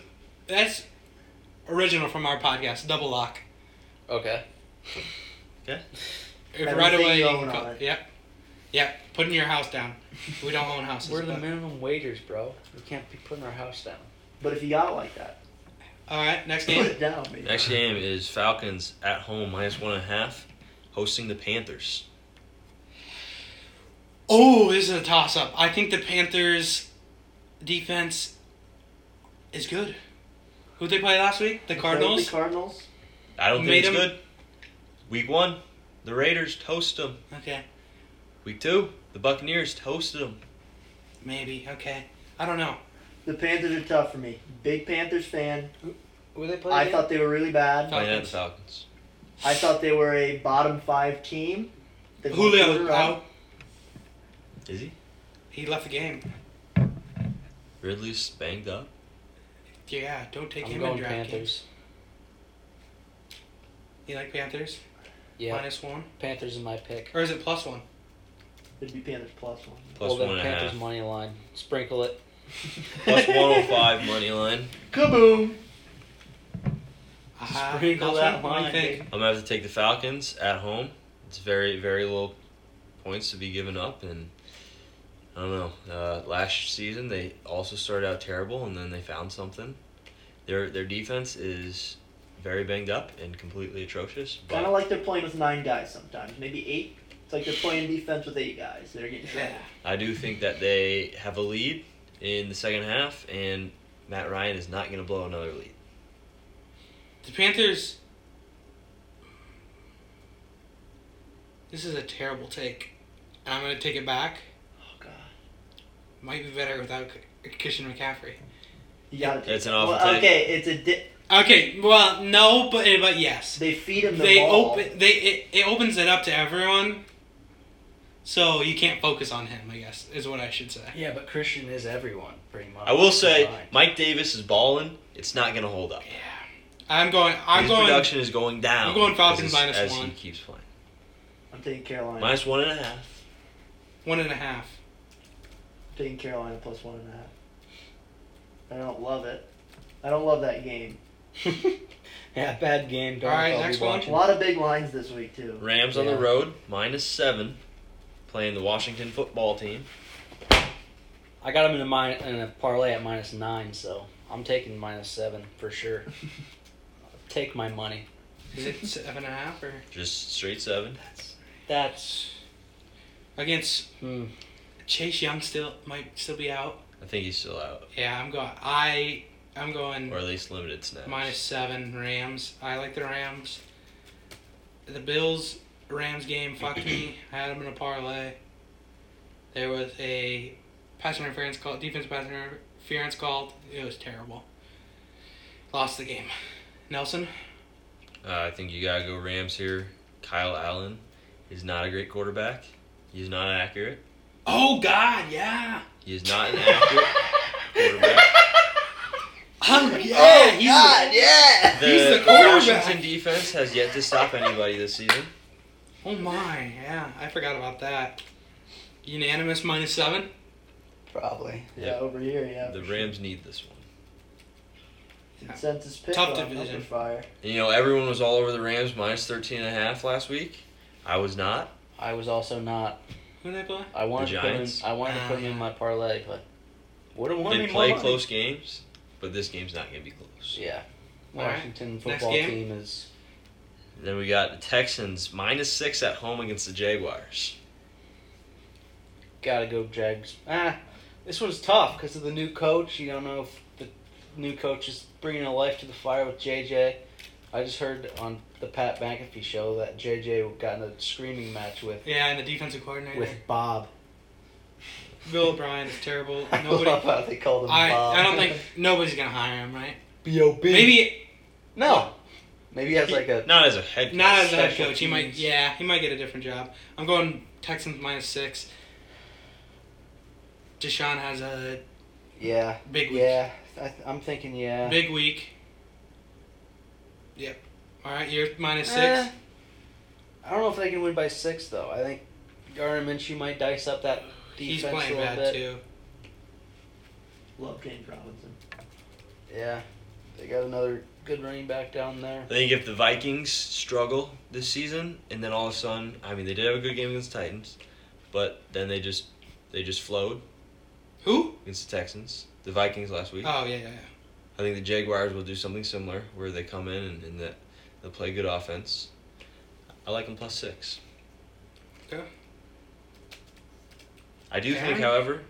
S1: that's original from our podcast. Double lock.
S2: Okay.
S1: If
S4: Everything
S1: right away,
S4: you
S1: you
S4: own
S1: can
S4: on
S1: call,
S4: it.
S1: yep, yep. Putting your house down. We don't own houses.
S2: We're the
S1: but-
S2: minimum wagers, bro. We can't be putting our house down.
S4: But if you got like that,
S1: All right, next
S4: put
S1: game.
S4: it down. Maybe.
S3: Next game is Falcons at home minus one and a half, hosting the Panthers.
S1: Oh, this is a toss up. I think the Panthers' defense is good. Who they play last week? The
S4: The
S1: Cardinals.
S4: Cardinals.
S3: I don't
S1: Made
S3: think it's
S1: 'em-
S3: good. Week one, the Raiders toast them.
S1: Okay,
S3: Week two, the Buccaneers toasted them.
S1: maybe. Okay, I don't know.
S4: The Panthers are tough for me. Big Panthers fan.
S2: Were they playing?
S4: I thought they were really bad.
S1: Falcons.
S3: Playing at the Falcons.
S4: I thought they were a bottom five team. They
S1: Julio
S4: were
S1: out.
S3: Is he?
S1: He left the game.
S3: Ridley's banged up.
S1: Yeah, don't take
S2: I'm
S1: him
S2: going
S1: in draft games.
S2: Panthers.
S1: You like Panthers?
S2: Yeah.
S1: Minus one?
S2: Panthers is my pick.
S1: Or is it plus one?
S4: It'd be Panthers plus one.
S3: Plus
S2: well, then
S3: one and a
S2: Panthers
S3: half.
S2: money line. Sprinkle it.
S3: Plus 105 money line.
S4: Kaboom.
S1: Ah,
S2: Sprinkle
S1: plus
S2: that
S1: one. What do you
S2: line,
S1: think?
S3: I'm gonna have to take the Falcons at home. It's very very low points to be given up, and I don't know. Uh, last season they also started out terrible, and then they found something. Their their defense is very banged up and completely atrocious. But
S4: Kind of like they're playing with nine guys sometimes, maybe eight. It's like they're playing defense with eight guys. They're getting shredded.
S1: Yeah.
S3: I do think that they have a lead in the second half, and Matt Ryan is not gonna blow another lead.
S1: The Panthers. This is a terrible take. And I'm going to take it back.
S4: Oh god,
S1: Might be better without K- Christian McCaffrey.
S4: you got to.
S3: That's an awful
S4: well,
S3: take.
S4: okay, it's a. Di-
S1: Okay, well, no, but eh, but yes.
S4: they feed him the
S1: they
S4: ball.
S1: open they it, it opens it up to everyone. So you can't focus on him, I guess, is what I should say.
S2: Yeah, but Christian is everyone, pretty much.
S3: I will say Mike Davis is balling. It's not gonna hold up.
S1: Yeah. I'm going I'm
S3: His
S1: going
S3: production is going down.
S1: I'm going Falcons
S3: as,
S1: minus
S3: as
S1: one.
S3: he keeps playing.
S4: I'm taking Carolina.
S3: Minus one and a half.
S1: one and a half.
S4: I'm taking Carolina plus one and a half. I don't love it. I don't love that game.
S2: yeah, bad game. Don't
S1: All right,
S2: I'll be
S1: next one.
S4: A
S2: watching.
S4: lot of big lines this week too.
S3: Rams on
S2: Yeah.
S3: the road, minus seven, playing the Washington football team.
S2: I got them in a min- in a parlay at minus nine, so I'm taking minus seven for sure. Take my money.
S1: Is it seven and a half or
S3: Just straight seven.
S2: That's
S1: against
S2: hmm.
S1: Chase Young? Still might still be out.
S3: I think he's still out,
S1: Yeah, I'm going. I I'm going
S3: or at least limited snaps.
S1: minus seven Rams. I like the Rams. The Bills Rams game fucked me. I had them in a parlay. There was a pass interference call, defense pass interference called. It was terrible. Lost the game. Nelson.
S3: Uh, I think you gotta go Rams here. Kyle Allen is not a great quarterback. He's not accurate.
S1: Oh God, yeah.
S3: He is not an accurate quarterback.
S1: Oh yeah, he's
S4: yeah!
S3: The
S1: He's the quarterback.
S3: Washington defense has yet to stop anybody this season.
S1: Oh my, yeah, I forgot about that. Unanimous minus seven.
S4: Probably.
S3: Yeah,
S6: Yeah, over here, yeah.
S3: The Rams need this one.
S6: Consensus pick
S1: Tough
S6: on
S1: division.
S6: Upper Fire.
S3: And, you know, everyone was all over the Rams minus 13 and a half last week. I was not.
S2: I was also not.
S1: Who did they play?
S2: I wanted
S3: The
S2: to put 'em in,
S3: Giants?
S2: I wanted to put 'em in my parlay, but would have won
S3: They
S2: me
S3: play
S2: more money.
S3: close games, but this game's not going to be close.
S2: Yeah.
S1: All right.
S2: Washington
S1: Next
S2: football
S1: game?
S2: team is
S3: Then we got the Texans minus six at home against the Jaguars.
S2: gotta go Jags. Ah, this one's tough because of the new coach. You don't know if the new coach is bringing a life to the fire with JJ. I just heard on the Pat McAfee show that JJ got in a screaming match with
S1: Yeah, and the defensive coordinator.
S2: with Bob.
S1: Bill O'Brien is terrible.
S4: I love
S1: Nobody.
S4: how they called him
S1: I,
S4: Bob.
S1: I don't think nobody's gonna hire him, right?
S2: B.O.B.
S1: Maybe
S2: No. Maybe he has like a.
S3: Not as a head coach.
S1: not as a head
S2: Special
S1: coach. He might.
S2: teams.
S1: Yeah, he might get a different job. I'm going Texans minus six. Deshaun has a
S2: Yeah.
S1: big week.
S2: Yeah. I th- I'm thinking, yeah.
S1: Big week. Yep. All right, you're minus six.
S2: Eh, I don't know if they can win by six, though. I think Gardner Minshew might dice up that defense
S1: He's
S2: a
S1: playing
S2: little
S1: bad
S2: bit.
S1: too.
S6: Love James Robinson.
S2: Yeah. They got another good running back down there.
S3: I think if the Vikings struggle this season, and then all of a sudden, I mean, they did have a good game against the Titans, but then they just they just flowed
S1: Who?
S3: against the Texans, the Vikings last week.
S1: Oh yeah, yeah, yeah.
S3: I think the Jaguars will do something similar, where they come in and, and that they'll play good offense. I like them plus six.
S1: Okay.
S3: I do think,
S1: Aaron?
S3: however,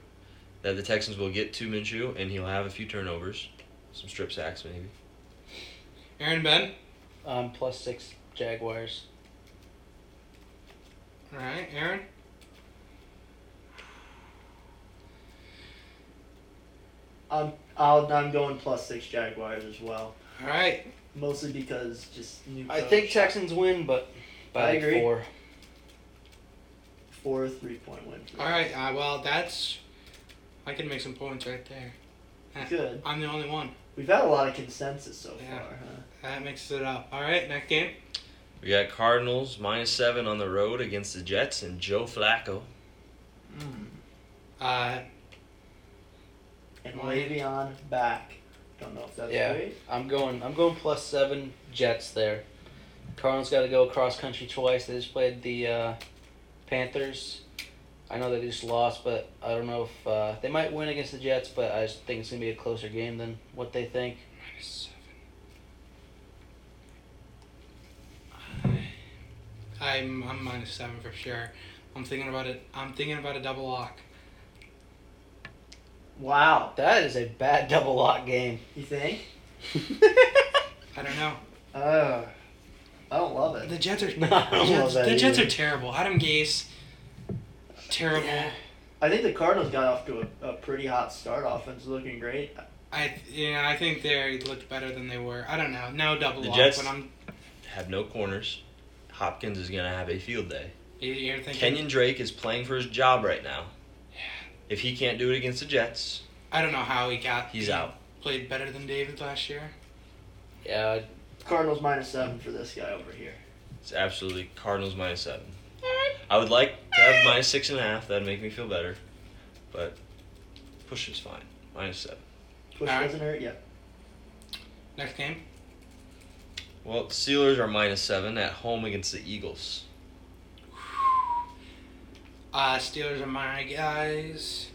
S3: that the Texans will get to Minshew, and he'll have a few turnovers, some strip sacks maybe.
S1: Aaron Ben.
S2: Um, plus six Jaguars.
S1: All right, Aaron.
S6: I'm, I'll, I'm going plus six Jaguars as well.
S1: All right.
S6: Mostly because just new.
S2: I
S6: coach,
S2: think Texans win, but by
S6: I
S2: like
S6: agree.
S2: four.
S6: Four three point win. for
S1: All right. Uh, well, that's. I can make some points right there.
S6: them. Good.
S1: I'm the only one.
S6: We've had a lot of consensus so
S1: Yeah.
S6: far, huh?
S1: That mixes it up. All right, next game.
S3: We got Cardinals minus seven on the road against the Jets and Joe Flacco.
S1: Hmm. Uh,
S6: And
S1: Well,
S6: Le'Veon back. Don't know if that's
S2: Yeah.
S6: right.
S2: I'm going. I'm going plus seven Jets there. Cardinals got to go cross country twice. They just played the uh, Panthers. I know they just lost, but I don't know if uh, they might win against the Jets. But I just think it's gonna be a closer game than what they think.
S1: I'm I'm minus seven for sure. I'm thinking about it. I'm thinking about a double lock.
S6: Wow.
S2: That is a bad double lock game.
S6: You think?
S1: I don't know.
S6: Uh, I don't love it.
S1: The Jets are
S2: No, I don't
S1: Jets,
S6: love that
S1: the Jets
S6: either.
S1: are terrible. Adam Gase, terrible.
S2: Yeah.
S6: I think the Cardinals got off to a, a pretty hot start. Offense looking great.
S1: I yeah. I think they looked better than they were. I don't know. No double
S3: The
S1: lock.
S3: Jets-
S1: But I'm
S3: Have no corners. Hopkins is gonna have a field day.
S1: you- you're thinking.
S3: Kenyon Drake is playing for his job right now. If he can't do it against the Jets,
S1: I don't know how he got.
S3: he's
S1: he
S3: out.
S1: Played better than David last year.
S2: Yeah,
S6: Cardinals minus seven for this guy over here.
S3: It's absolutely Cardinals minus seven. I would like to have minus six and a half. That'd make me feel better. But push is fine. Minus seven.
S6: Push
S1: All right.
S6: doesn't hurt. Yeah.
S1: Next game.
S3: Well, the Steelers are minus seven at home against the Eagles.
S1: Uh, Steelers are my guys.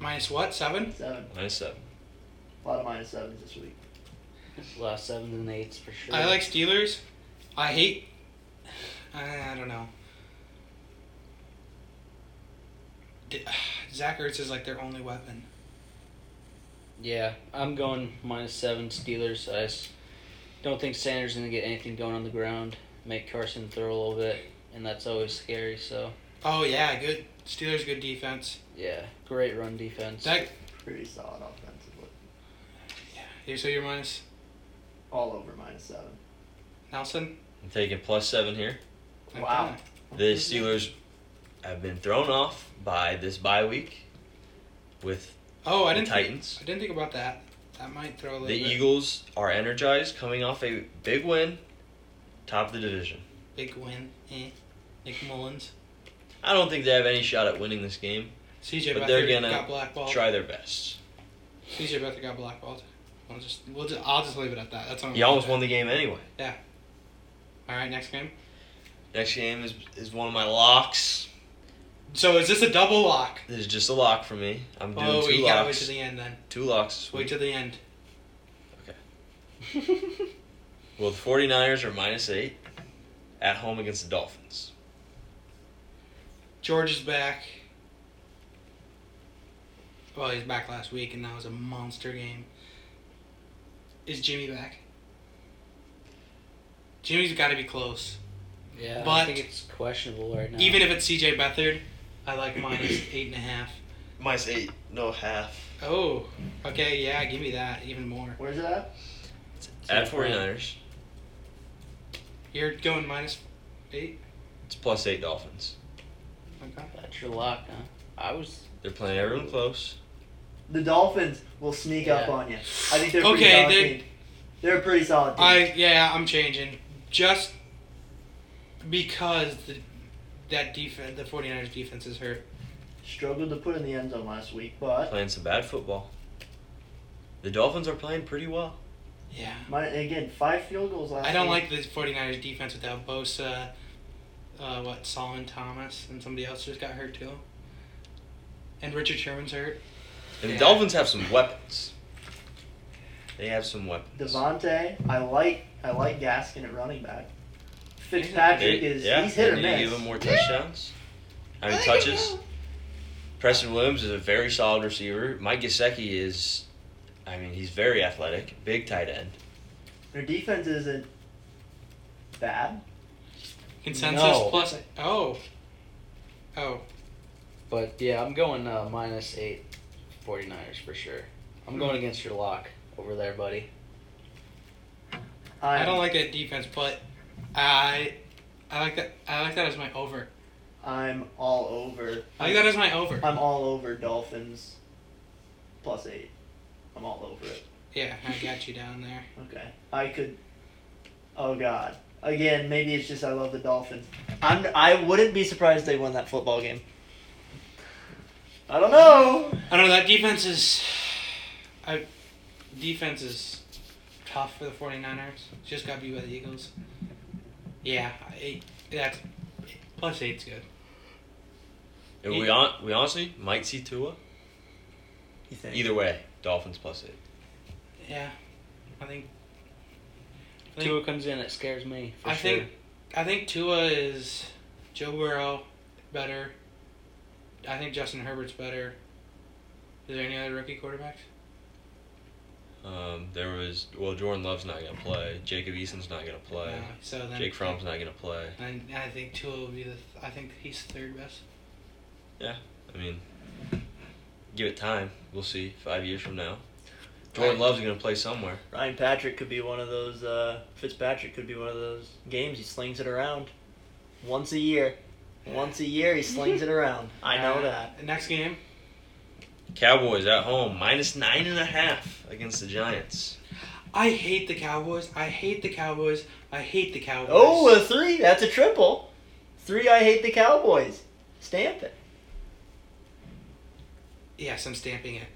S1: Minus what? Seven?
S4: Seven.
S3: Minus seven.
S4: A lot of minus sevens this week.
S2: Last sevens and eights for sure.
S1: I like Steelers. I hate. I, I don't know. D- Zach Ertz is like their only weapon.
S2: Yeah, I'm going minus seven Steelers. I just don't think Sanders is gonna get anything going on the ground. Make Carson throw a little bit, and that's always scary. So
S1: Oh yeah, good Steelers, good defense.
S2: yeah, great run defense.
S1: Zach,
S4: Pretty solid offensively.
S1: you so you're minus
S4: All over minus seven.
S1: Nelson.
S3: I'm taking plus seven here.
S1: Like
S4: Wow.
S3: The Steelers have been thrown off by this bye week with
S1: that. Oh, I
S3: the
S1: didn't.
S3: Titans.
S1: I didn't think about that. That might throw a little.
S3: The
S1: bit.
S3: Eagles are energized, coming off a big win, top of the division.
S1: Big win. Eh. Nick Mullins.
S3: I don't think they have any shot at winning this game.
S1: CJ
S3: But they're
S1: Beathard
S3: gonna
S1: got blackballed.
S3: Try their best.
S1: CJ Beathard got blackballed. We'll just, we'll just, I'll just leave it at that. That's all. I'm
S3: You almost
S1: gonna
S3: won the game anyway.
S1: do. All right, next game.
S3: Next game is, is one of my locks.
S1: So is this a double lock?
S3: This is just a lock for me. I'm doing
S1: Oh,
S3: two
S1: you gotta wait to
S3: locks.
S1: the end then.
S3: Two locks this
S1: Wait
S3: week.
S1: to the end.
S3: Well, the 49ers are minus eight at home against the Dolphins.
S1: George is back. Well, he's back last week, and that was a monster game. Is Jimmy back? Jimmy's got to be close.
S2: yeah,
S1: but-
S2: I think it's questionable right now.
S1: Even if it's C.J. Beathard, I like minus eight and a half.
S3: Minus eight, no half.
S1: Oh, okay, yeah, give me that even more.
S4: Where's it at?
S3: At 49ers,
S1: You're going minus eight.
S3: it's plus eight Dolphins.
S1: Okay.
S2: that's your lock, huh? I was
S3: They're playing everyone close.
S4: The Dolphins will sneak up
S2: Yeah.
S4: on you. I think they're a pretty
S1: Okay,
S4: solid
S1: they-
S4: team. They're a pretty solid team.
S1: I yeah, I'm changing just because the, that defense, the 49ers defense is hurt.
S4: Struggled to put in the end zone last week, but
S3: Playing some bad football. The Dolphins are playing pretty well.
S1: Yeah.
S4: my, again, five field goals last.
S1: I don't like
S4: week.
S1: the 49ers defense without Bosa, uh, what, Solomon Thomas, and somebody else just got hurt too. And Richard Sherman's hurt.
S3: And
S1: Yeah.
S3: the Dolphins have some weapons. They have some weapons.
S4: Devontae. I like I like Gaskin at running back. Fitzpatrick
S3: They-
S4: is
S3: yeah,
S4: he's hit
S3: they
S4: or
S3: need to
S4: miss.
S3: Give him more touchdowns. I mean touches. Preston Williams is a very solid receiver. Mike Gesicki is, I mean, he's very athletic, big tight end.
S4: Their defense isn't bad.
S1: Consensus
S2: No.
S1: plus. Oh. Oh.
S2: But yeah, I'm going uh, minus eight 49ers for sure. I'm
S1: Hmm.
S2: going against your lock over there, buddy.
S1: I don't like that defense, but I. I like that. I like that as my over.
S4: I'm all over.
S1: I like that as my over.
S4: I'm all over Dolphins. Plus eight. I'm all over it.
S1: Yeah, I got you down there.
S4: Okay. I could. Oh God. Again, maybe it's just I love the Dolphins. I'm. I wouldn't be surprised they won that football game. I don't know.
S1: I don't know. That defense is. I. Defense is tough for the 49ers. Just got beat by the Eagles. Yeah, eight. That's plus eight's good.
S3: And we on, we honestly might see Tua.
S4: You think?
S3: Either way, Dolphins plus eight.
S1: Yeah, I think. I think,
S2: Tua comes in, it scares me. For
S1: I
S2: sure.
S1: think I think Tua is Joe Burrow better. I think Justin Herbert's better. Is there any other rookie quarterbacks?
S3: Um, there was well, Jordan Love's not gonna play. Jacob Eason's not gonna play.
S1: No. So then
S3: Jake Fromm's not gonna play.
S1: And I think Tua will be the. I think he's third best.
S3: I mean, give it time. We'll see. Five years from now, Jordan Love's gonna play somewhere.
S4: Ryan Patrick could be one of those. Uh, Fitzpatrick could be one of those games. He slings it around once a year. Once a year, he slings it around. I know
S1: Uh,
S4: that.
S1: Next game.
S3: Cowboys at home minus nine and a half against the Giants.
S1: I hate the Cowboys. I hate the Cowboys. I hate the Cowboys.
S4: Oh, a three. That's a triple. Three. I hate the Cowboys. Stamp it.
S1: yes, I'm stamping it.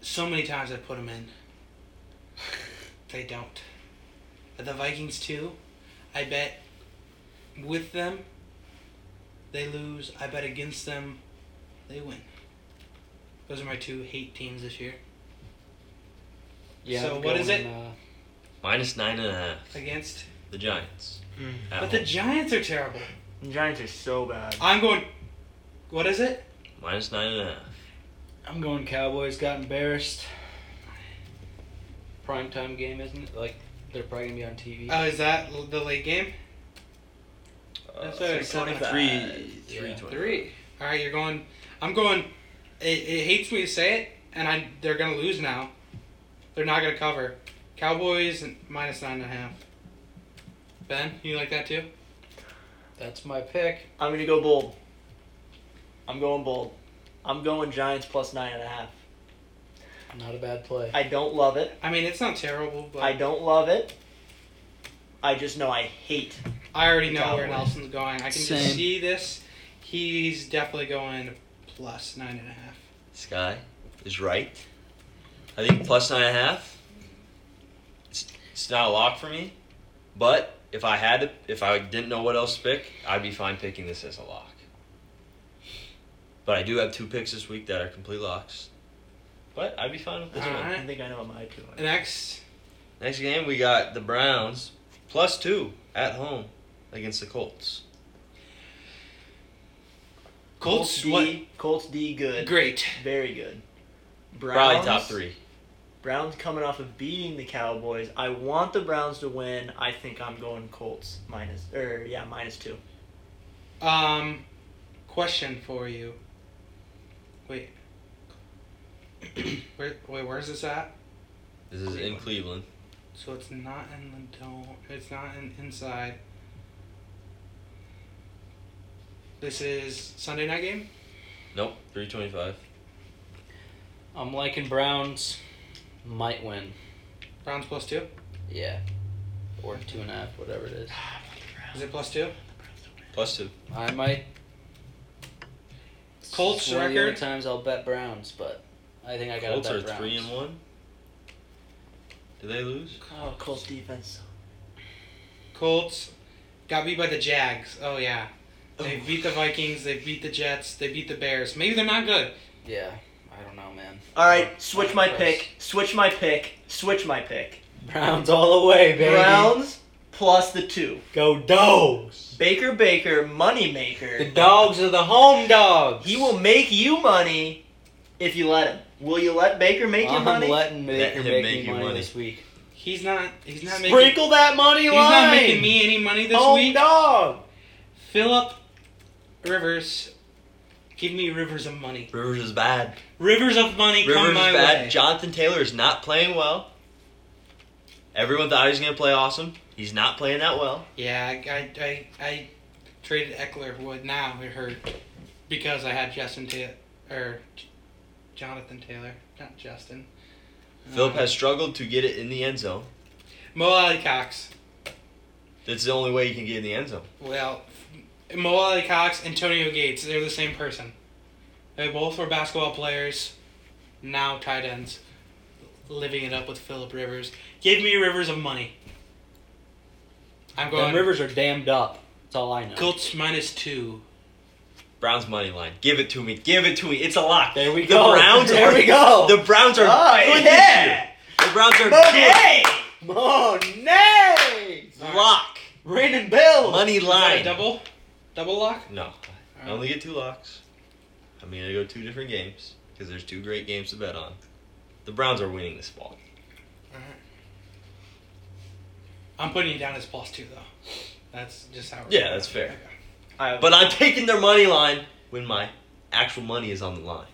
S1: So many times I put them in. They don't. The Vikings too. I bet with them. They lose. I bet against them. They win. Those are my two hate teams this year.
S2: Yeah.
S1: So
S2: I'm
S1: what is it?
S2: going, uh,
S3: Minus nine and a half.
S1: Against.
S3: The Giants. At
S1: But the
S3: home.
S1: Giants are terrible.
S4: The Mm. Giants are so bad.
S1: I'm going. What is it?
S3: Minus nine and a half.
S2: I'm going Cowboys. Got embarrassed. Prime time game, isn't it? Like they're probably gonna be on TV.
S1: Oh, is that l- the late game? That's what I was talking about.
S3: Three. Three.
S2: Yeah.
S3: 25.
S1: Three. All right, you're going. I'm going. It, it hates me to say it, and I they're gonna lose now. They're not gonna cover. Cowboys and minus nine and a half. Ben, you like that too?
S2: That's my pick.
S4: I'm gonna go bold. I'm going bold. I'm going Giants plus nine and a half.
S2: Not a bad play.
S4: I don't love it.
S1: I mean, it's not terrible, but
S4: I
S1: I,
S4: don't love it. I just know I hate.
S1: already know where
S4: Cowboys.
S1: Nelson's going. I can
S7: Same.
S1: just see this. He's definitely going plus nine and a half.
S3: Sky is right. I think plus nine and a half. It's, it's not a lock for me, but if I had to, if I didn't know what else to pick, I'd be fine picking this as a lock. But I do have two picks this week that are complete locks. But I'd be fine with this
S1: All
S3: one.
S1: right.
S4: I think I know what my two are.
S1: Next,
S3: Next game, we got the Browns plus two at home against the Colts.
S1: Colts.
S4: D.
S1: What?
S4: Colts D. Good.
S1: Great.
S4: Very good.
S3: Probably
S4: Browns,
S3: top three.
S4: Browns coming off of beating the Cowboys. I want the Browns to win. I think I'm going Colts minus or yeah minus two.
S1: Um, question for you. Wait. Where, wait, where's this at?
S3: This is in Cleveland.
S1: So it's not in the dome. It's not in inside. This is Sunday night game.
S3: Nope, three twenty-five.
S2: I'm liking Browns. Might win.
S1: Browns plus two.
S2: Yeah. Or two and a half, whatever it is.
S1: Is it plus two?
S3: Plus two.
S2: I might.
S1: Colts
S2: It's one of the other
S1: record.
S2: times I'll bet Browns, but I think I got to
S3: Colts
S2: bet
S3: are
S2: Browns.
S3: three and one. Did they lose?
S4: Oh, Colts defense.
S1: Colts got beat by the Jags. Oh yeah. They beat the Vikings. They beat the Jets. They beat the Bears. Maybe they're not good.
S2: Yeah. I don't know, man.
S4: All right, switch my pick. Switch my pick. Switch my pick.
S2: Browns all the way, baby.
S4: Browns plus the two.
S2: Go dogs.
S4: Baker Baker moneymaker.
S2: The dogs are the home dogs.
S4: He will make you money if you let him. Will you let Baker make you
S2: I'm
S4: money?
S2: letting
S3: Let
S2: Baker
S3: him
S2: make,
S3: make
S2: me
S3: you
S2: money,
S3: money.
S2: this week.
S1: He's not. He's not making.
S4: Sprinkle that money
S1: He's
S4: line. Oh,
S1: not making me any money this
S4: Home
S1: week.
S4: dog.
S1: Philip Rivers, give me rivers of money.
S3: Rivers is bad.
S1: Rivers of money
S3: Rivers
S1: come
S3: is
S1: my
S3: bad.
S1: way.
S3: Jonathan Taylor is not playing well. Everyone thought he was going to play awesome. He's not playing that well.
S1: yeah, I, I, I, I traded Eckler. What now? It hurt because I had Justin Taylor or J- Jonathan Taylor, not Justin.
S3: Philip
S2: Mm.
S1: Um,
S3: has struggled to get it in the end zone.
S1: Mo Ali Cox.
S3: That's the only way you can get in the end zone.
S1: Well, Mo Ali Cox, Antonio Gates. They're the same person. They both were basketball players. Now tight ends. Living it up with Philip Rivers. Give me Rivers of money. I'm
S2: The
S1: going.
S2: rivers are dammed up. That's all I know.
S1: Colts minus two.
S3: Browns money line. Give it to me. Give it to me. It's a lock.
S2: There we
S3: The
S2: go.
S3: Browns
S2: there
S3: are-
S2: we go.
S3: The Browns are
S4: Oh,
S3: good
S4: yeah.
S3: this year. The Browns are
S4: Monet. Monet.
S3: good. Lock.
S4: Raining Bill.
S3: Money
S1: Is that a
S3: line.
S1: double? Double lock?
S3: No. I
S1: Alright.
S3: only get two locks. I'm going to go two different games because there's two great games to bet on. The Browns are winning this ball.
S1: I'm putting you down as plus two, though. That's just how it
S3: Yeah, that's fair.
S4: I-
S3: But I'm taking their money line when my actual money is on the line.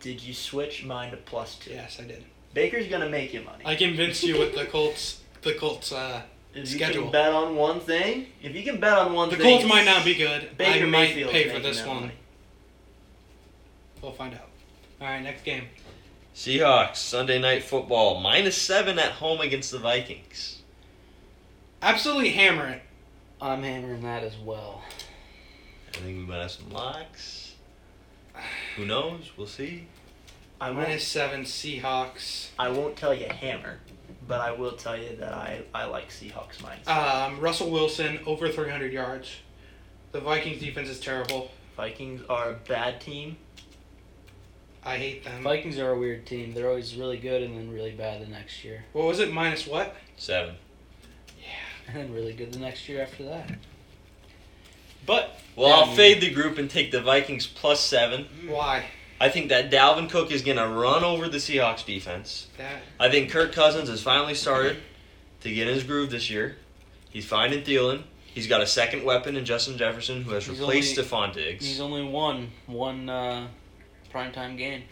S4: did you switch mine to plus two?
S1: Yes, I did.
S4: Baker's gonna make you money.
S1: I convinced you with the Colts. The Colts. Uh,
S4: if you
S1: schedule.
S4: can bet on one thing, if you can bet on one
S1: the
S4: thing,
S1: Colts might not be good.
S4: Baker
S1: I might
S4: Mayfield's
S1: pay for
S4: making
S1: this
S4: that
S1: one.
S4: money.
S1: We'll find out. All right, next game.
S3: Seahawks, Sunday night football, minus seven at home against the Vikings.
S1: Absolutely hammer it.
S2: I'm hammering that as well.
S3: I think we might have some locks. Who knows? We'll see.
S4: I won't
S1: Minus seven Seahawks.
S4: I won't tell you hammer, but I will tell you that I, I like Seahawks mindset.
S1: Um, Russell Wilson over 300 yards. The Vikings defense is terrible.
S4: Vikings are a bad team.
S1: I hate them.
S2: Vikings are a weird team. They're always really good and then really bad the next year,
S1: What was it? Minus what?
S3: Seven.
S2: and then really good the next year after that.
S1: But
S3: Well,
S1: Yeah, I
S3: I'll
S1: mean-
S3: fade the group and take the Vikings plus seven.
S1: why?
S3: I think that Dalvin Cook is going to run over the Seahawks defense.
S1: That
S3: I think Kirk Cousins has finally started to get in his groove this year. He's finding Thielen. He's got a second weapon in Justin Jefferson, who has
S2: He's
S3: replaced
S2: only-
S3: Stephon Diggs.
S2: He's only won one uh, primetime game.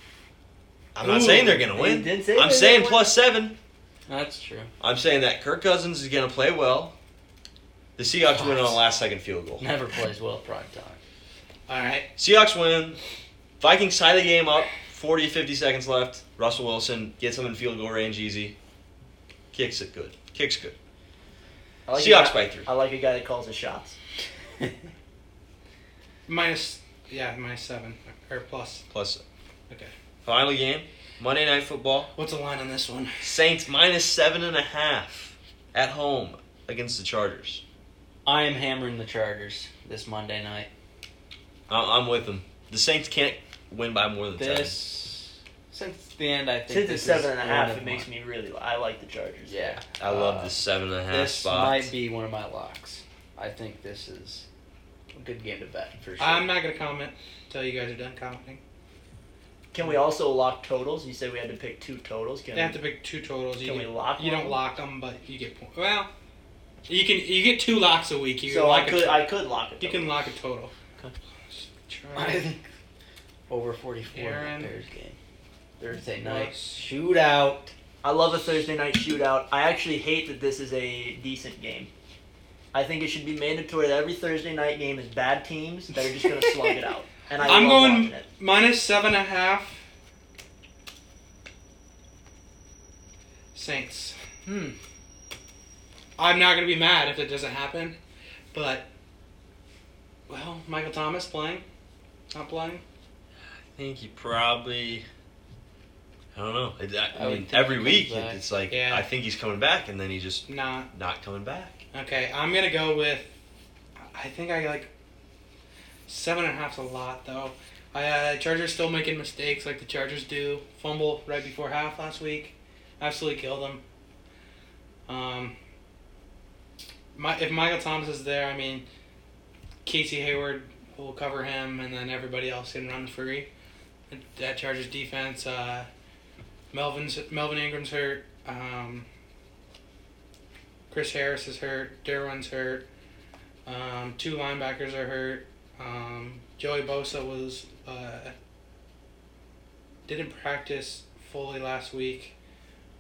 S3: I'm not
S4: Ooh,
S3: saying they're going to
S4: you
S3: win.
S4: didn't say
S3: I'm
S4: they
S3: saying
S4: won.
S3: plus seven.
S2: That's true.
S3: I'm saying that Kirk Cousins is going to play well. The Seahawks win on a last second field goal.
S2: Never plays well primetime.
S1: all right.
S3: Seahawks win. Vikings tie the game up. 40, 50 seconds left. Russell Wilson gets them in field goal range easy. Kicks it good. Kicks good.
S4: I like a
S3: Seahawks
S4: guy-
S3: by three.
S4: I like a guy that calls his shots.
S1: Minus yeah, minus seven or plus.
S3: Plus,
S1: Okay.
S3: final game. Monday Night Football.
S1: What's the line on this one?
S3: Saints minus seven and a half at home against the Chargers.
S2: I am hammering the Chargers this Monday night.
S3: I- I'm with them. The Saints can't win by more than this.
S2: This since the end, I think
S4: Since
S2: this
S4: it's seven
S2: is
S4: and a
S2: one
S4: half,
S2: of
S4: it makes
S2: my-
S4: me really. I like the Chargers.
S2: Yeah,
S3: I love
S2: Uh,
S3: the seven and a half
S2: This
S3: spot.
S2: might be one of my locks. I think this is a good game to bet for sure.
S1: I'm not gonna comment until you guys are done commenting.
S4: Can we also lock totals? You said we had to pick two totals. Can
S1: They have
S4: we,
S1: to pick two totals. You
S4: can we
S1: get-
S4: lock?
S1: You
S4: one?
S1: don't lock them, but you get point. Well, you can you get two locks a week. You
S4: so
S1: lock
S4: I
S1: a
S4: could.
S1: to-
S4: I could lock it.
S1: you can lock a total.
S2: Okay. I
S1: Try
S2: think over forty-four in
S1: Aaron.
S2: the Bears game Thursday night
S1: Nice.
S2: shootout.
S4: I love a Thursday night shootout. I actually hate that this is a decent game. I think it should be mandatory that every Thursday night game is bad teams that are just going to slug it out. And I
S1: I'm
S4: love
S1: going-
S4: watching it.
S1: minus seven and a half. Saints.
S2: Hmm.
S1: I'm not gonna be mad if it doesn't happen, but well, Michael Thomas playing, not playing.
S3: I think you probably. I don't know. It- I, I
S2: I would
S3: mean,
S2: think
S3: every
S2: he
S3: week
S2: comes back.
S3: it's like
S1: Yeah.
S3: I think he's coming back, and then he's just
S1: Not
S3: not coming back.
S1: okay. I'm gonna go with. I think I like seven and a half's a lot though. I uh, Chargers still making mistakes like the Chargers do. Fumble right before half last week, absolutely killed them. Um, my, if Michael Thomas is there, I mean, Casey Hayward will cover him, and then everybody else can run free. That Chargers defense, uh, Melvin's Melvin Ingram's hurt. Um, Chris Harris is hurt. Derwin's hurt. Um, two linebackers are hurt. Um, Joey Bosa was uh, didn't practice fully last week.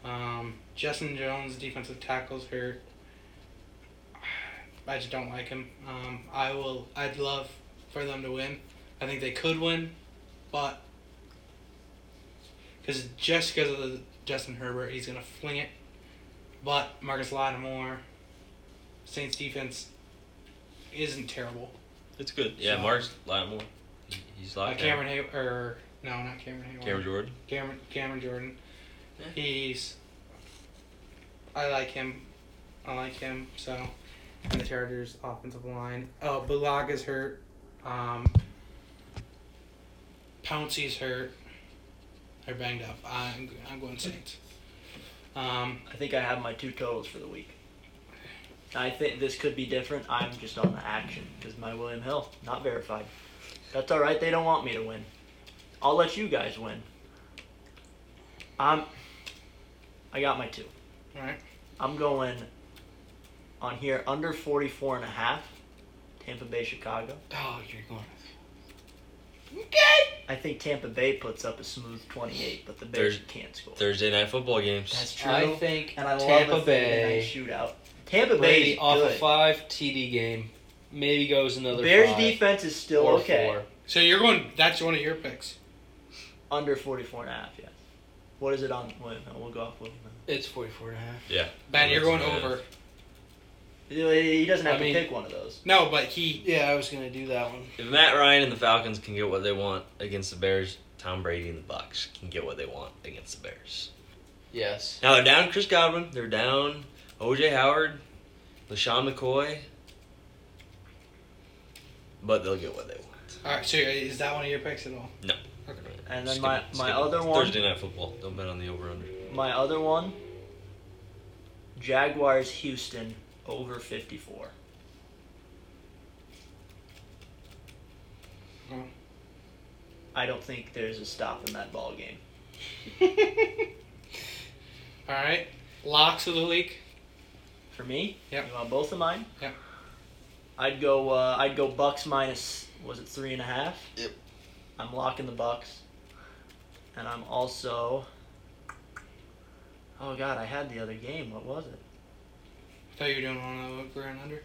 S1: Um, Justin Jones, defensive tackle's hurt. I just don't like him. Um, I will. I'd love for them to win. I think they could win, but because just because of the Justin Herbert, he's gonna fling it. But Marcus Lattimore, Saints defense isn't terrible.
S3: It's good. Yeah,
S1: So-
S3: Mark's Lattimore. He- He's
S1: Uh,
S3: locked down.
S1: Cameron Hay or no, not Cameron Hayward.
S3: Cameron Jordan.
S1: Cameron Cameron Jordan.
S3: Yeah.
S1: He's I like him. I like him. So and the Chargers offensive line. Oh, Bulaga's hurt. Um Pouncey's hurt. They're banged up. I'm I'm going Saints. Um
S4: I think I have my two totals for the week. I think this could be different. I'm just on the action because my William Hill not verified. That's all right. They don't want me to win. I'll let you guys win. I'm. I got my two.
S1: all right.
S4: I'm going on here under 44 and a half. Tampa Bay, Chicago.
S2: Oh, you're going.
S4: I think Tampa Bay puts up a smooth 28, but the Bears
S3: There's-
S4: can't score.
S3: Thursday night football games.
S4: That's true.
S2: I think
S4: and I
S2: Tampa
S4: love a Thursday night
S2: Bay
S4: shootout. Tampa Bay
S2: Brady
S4: is
S2: off a
S4: good.
S2: five TD game, maybe goes another
S4: Bears
S2: five
S4: defense is still
S2: or
S4: okay.
S2: four.
S1: So you're going that's one of your picks.
S4: Under 44 and a half, yes. What is it on William Hill? We'll go off William Hill.
S2: It's 44 and a half.
S1: Ben, you're going
S3: Yeah.
S1: over.
S4: He he doesn't have
S2: I
S4: to
S2: mean-
S4: pick one of those.
S1: No, but he
S2: Yeah, I was gonna do that one.
S3: If Matt Ryan and the Falcons can get what they want against the Bears, Tom Brady and the Bucks can get what they want against the Bears.
S2: Yes.
S3: Now they're down Chris Godwin. They're down OJ Howard, LaShawn McCoy. But they'll get what they want.
S1: All right, so is that uh, one of your picks at all?
S3: No.
S1: Okay.
S4: And then
S3: Skip
S4: my,
S3: it, skip
S4: my
S3: it.
S4: other
S3: It's
S4: one,
S3: Thursday night football. Don't bet on the over under.
S4: my other one, Jaguars Houston over 54.
S1: Oh.
S4: I don't think there's a stop in that ball game.
S1: All right. Locks of the week.
S4: For me,
S1: Yep.
S4: you want both of mine?
S1: Yep.
S4: I'd go. Uh, I'd go Bucks minus. Was it three and a half?
S3: Yep.
S4: I'm locking the Bucks, and I'm also. Oh God, I had the other game. What was it?
S1: Thought you were doing one of the over and under.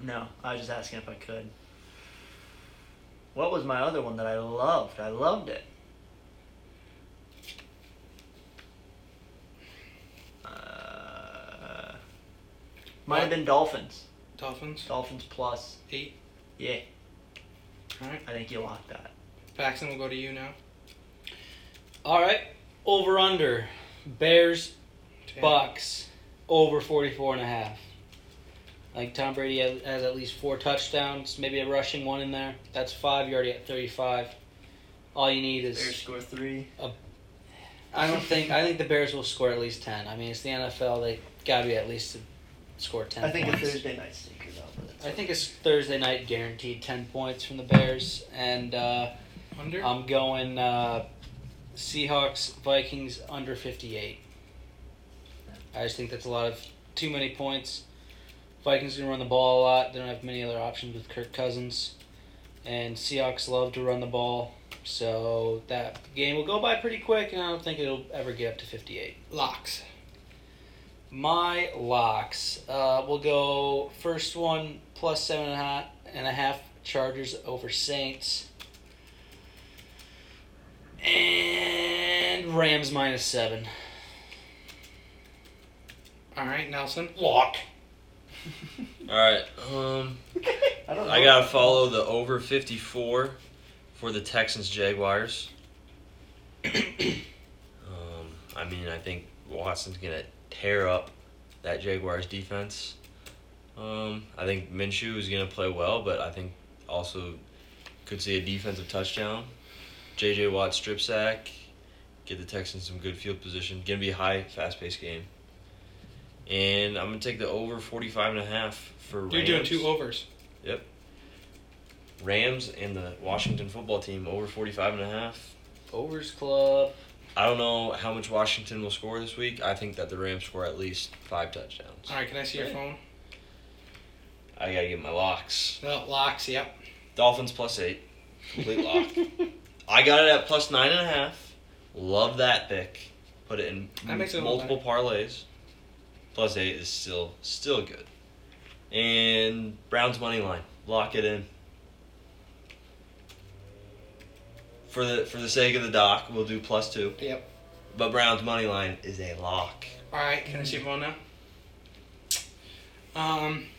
S4: No, I was just asking if I could. What was my other one that I loved? I loved it. Uh, might have been Dolphins.
S1: Dolphins.
S4: Dolphins plus.
S1: Eight.
S4: Yeah.
S1: All right.
S4: I think you locked that.
S1: Paxton, we'll go to you now.
S8: All right.
S2: Over under. Bears
S1: Tanner.
S2: Bucks over 44 and a half. Like Tom Brady has has at least four touchdowns, maybe a rushing one in there. That's five. You're already at 35. All you need
S4: Bears
S2: is
S4: score three.
S2: I don't think I think the Bears will score at least 10. I mean, it's the NFL. They got to be at least to score 10.
S4: I think a
S2: points.
S4: Thursday night stinker though. But that's
S2: I think it's Thursday night guaranteed 10 points from the Bears and uh,
S1: Under.
S2: I'm going uh, Seahawks Vikings under 58. I just think that's a lot of too many points. Vikings gonna run the ball a lot. They don't have many other options with Kirk Cousins, and Seahawks love to run the ball. So that game will go by pretty quick, and I don't think it'll ever get up to 58.
S1: Locks.
S2: My locks. Uh, we'll go first one plus seven and a half, and a half Chargers over Saints. And Rams minus seven.
S1: All right, Nelson. Lock.
S3: All right. Um,
S4: I don't know.
S3: I gotta follow the over fifty four for the Texans Jaguars. um, I mean, I think Watson's gonna tear up that Jaguars defense. Um, I think Minshew is gonna play well, but I think also could see a defensive touchdown. J.J. Watt strip sack, get the Texans some good field position. Gonna be a high, fast paced game. And I'm gonna take the over 45 and a half for Rams.
S1: You're doing two overs.
S3: Rams and the Washington football team over 45 and a half.
S2: Overs Club.
S3: I don't know how much Washington will score this week. I think that the Rams score at least five touchdowns.
S1: All right. Can I see your phone?
S3: I gotta get my locks.
S1: No, locks. Yep.
S3: Dolphins plus eight, complete lock. I got it at plus nine and a half. Love that pick. Put it in
S1: That makes it a little
S3: multiple parlays. Plus eight is still still good. And Browns money line, lock it in. For the for the sake of the doc, we'll do plus two.
S1: Yep.
S3: But Browns money line is a lock.
S1: All right. Can I see your phone now? Um.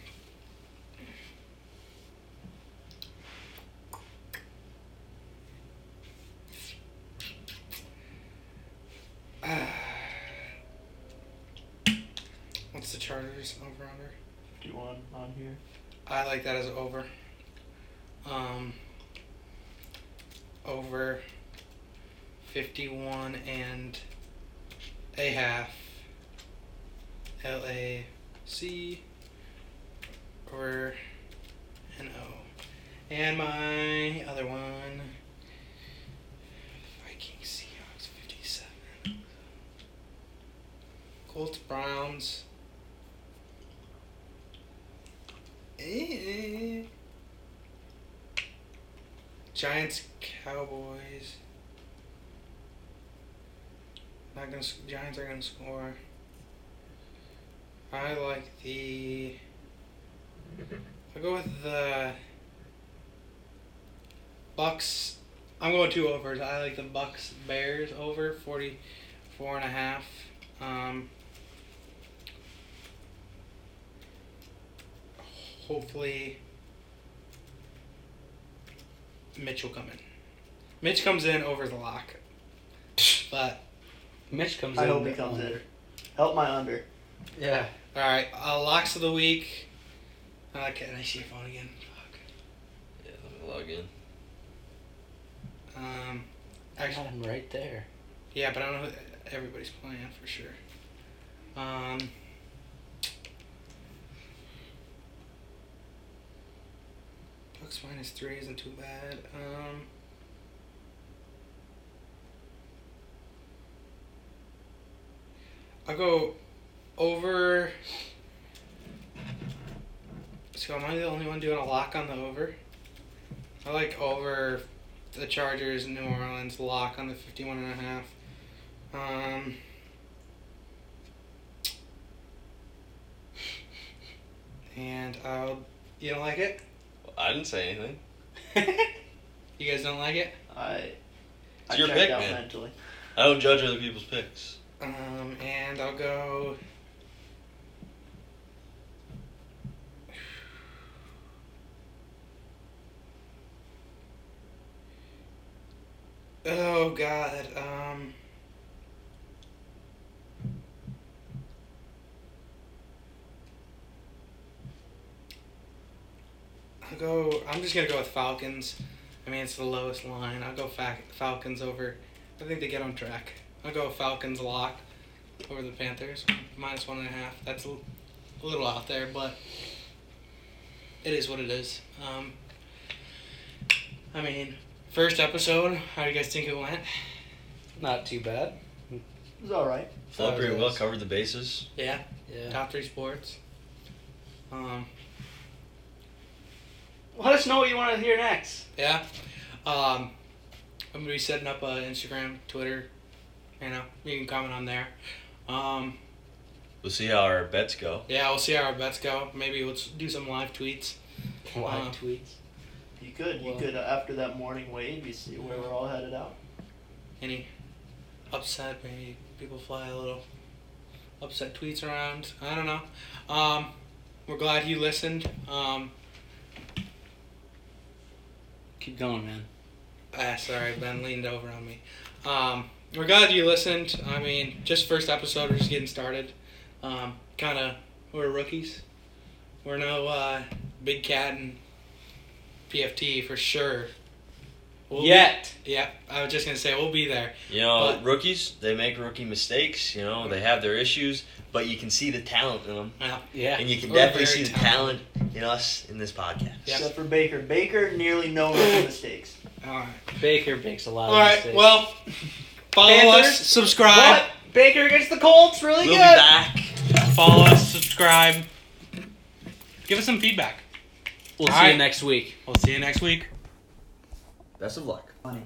S1: What's the Chargers over under?
S4: Do you want on here?
S1: I like that as over. Um, over 51 and a half. LAC over an O. And my other one Vikings Seahawks 57. Colts Browns. Eh. Giants, Cowboys. Not gonna. s- Giants are gonna score. I like the. I'll go with the. Bucks. I'm going two overs. I like the Bucks Bears over 44 and a half. Um, hopefully Mitch will come in. Mitch comes in over the lock. But
S2: Mitch comes
S4: I
S2: in.
S4: hope he comes in. Help my under.
S2: Yeah.
S1: all right, uh, locks of the week. Uh, can I see your phone again?
S3: Yeah, let me log in.
S1: Fuck. Um, Actually,
S2: I'm right there.
S1: yeah, but I don't know who everybody's playing for sure. Um, Bucks minus three isn't too bad. Um, I'll go over. So am I the only one doing a lock on the over? I like over the Chargers, New Orleans lock on the 51 and a half. Um, and I'll, you don't like it?
S3: I didn't say anything.
S1: you guys don't like it?
S6: I.
S3: It's your
S6: checked
S3: pick,
S6: out
S3: man.
S6: mentally.
S3: I don't judge other people's picks.
S1: Um, and I'll go. Oh God. Um. I'll go. I'm just gonna go with Falcons. I mean, it's the lowest line. I'll go fac- Falcons over. I think they get on track. I'll go Falcons lock over the Panthers minus one and a half. That's a l- a little out there, but it is what it is. Um, I mean, first episode. How do you guys think it went?
S2: Not too bad.
S6: It was all right.
S3: Felt pretty well
S2: Falcons.
S3: covered the bases.
S1: Yeah.
S2: Yeah.
S1: Top three sports. Um,
S2: Let us know what you want to hear next.
S1: yeah. Um, I'm gonna be setting up uh, Instagram, Twitter. You know, you can comment on there. Um,
S3: We'll see how our bets go.
S1: yeah, we'll see how our bets go. Maybe we'll s- do some live tweets.
S2: Live
S5: Uh-huh.
S1: Uh,
S2: tweets.
S6: You could. You
S2: Well-
S6: could, uh, after that morning wave, you see where we're all headed out.
S1: any upset, maybe people fly a little upset tweets around. I don't know. Um, we're glad you listened. Um,
S5: Keep going, man.
S1: ah, sorry, Ben leaned over on me. Um, we're glad you listened. I mean, just first episode, we're just getting started. Um, kind of, we're rookies. We're no uh, big cat and PFT for sure. We'll be-
S2: Yet.
S1: yeah, I was just gonna say we'll be there.
S3: You know,
S1: But-
S3: rookies, they make rookie mistakes, you know, they have their issues, but you can see the talent in them.
S2: Yeah.
S3: And you can
S1: We're
S3: definitely
S1: very
S3: see the talent in us in this podcast.
S1: Yeah.
S6: Except for Baker. Baker nearly no rookie mistakes.
S1: All right.
S2: Baker makes a lot of
S1: All right.
S2: mistakes.
S1: Well, follow us,
S2: Panthers?
S1: subscribe.
S2: what? Baker against the Colts, really
S3: We'll be
S2: good.
S3: back.
S1: Follow us, subscribe. Give us some feedback.
S5: We'll see
S1: All right.
S5: you next week.
S1: We'll see you next week.
S3: Best of luck.
S6: Funny.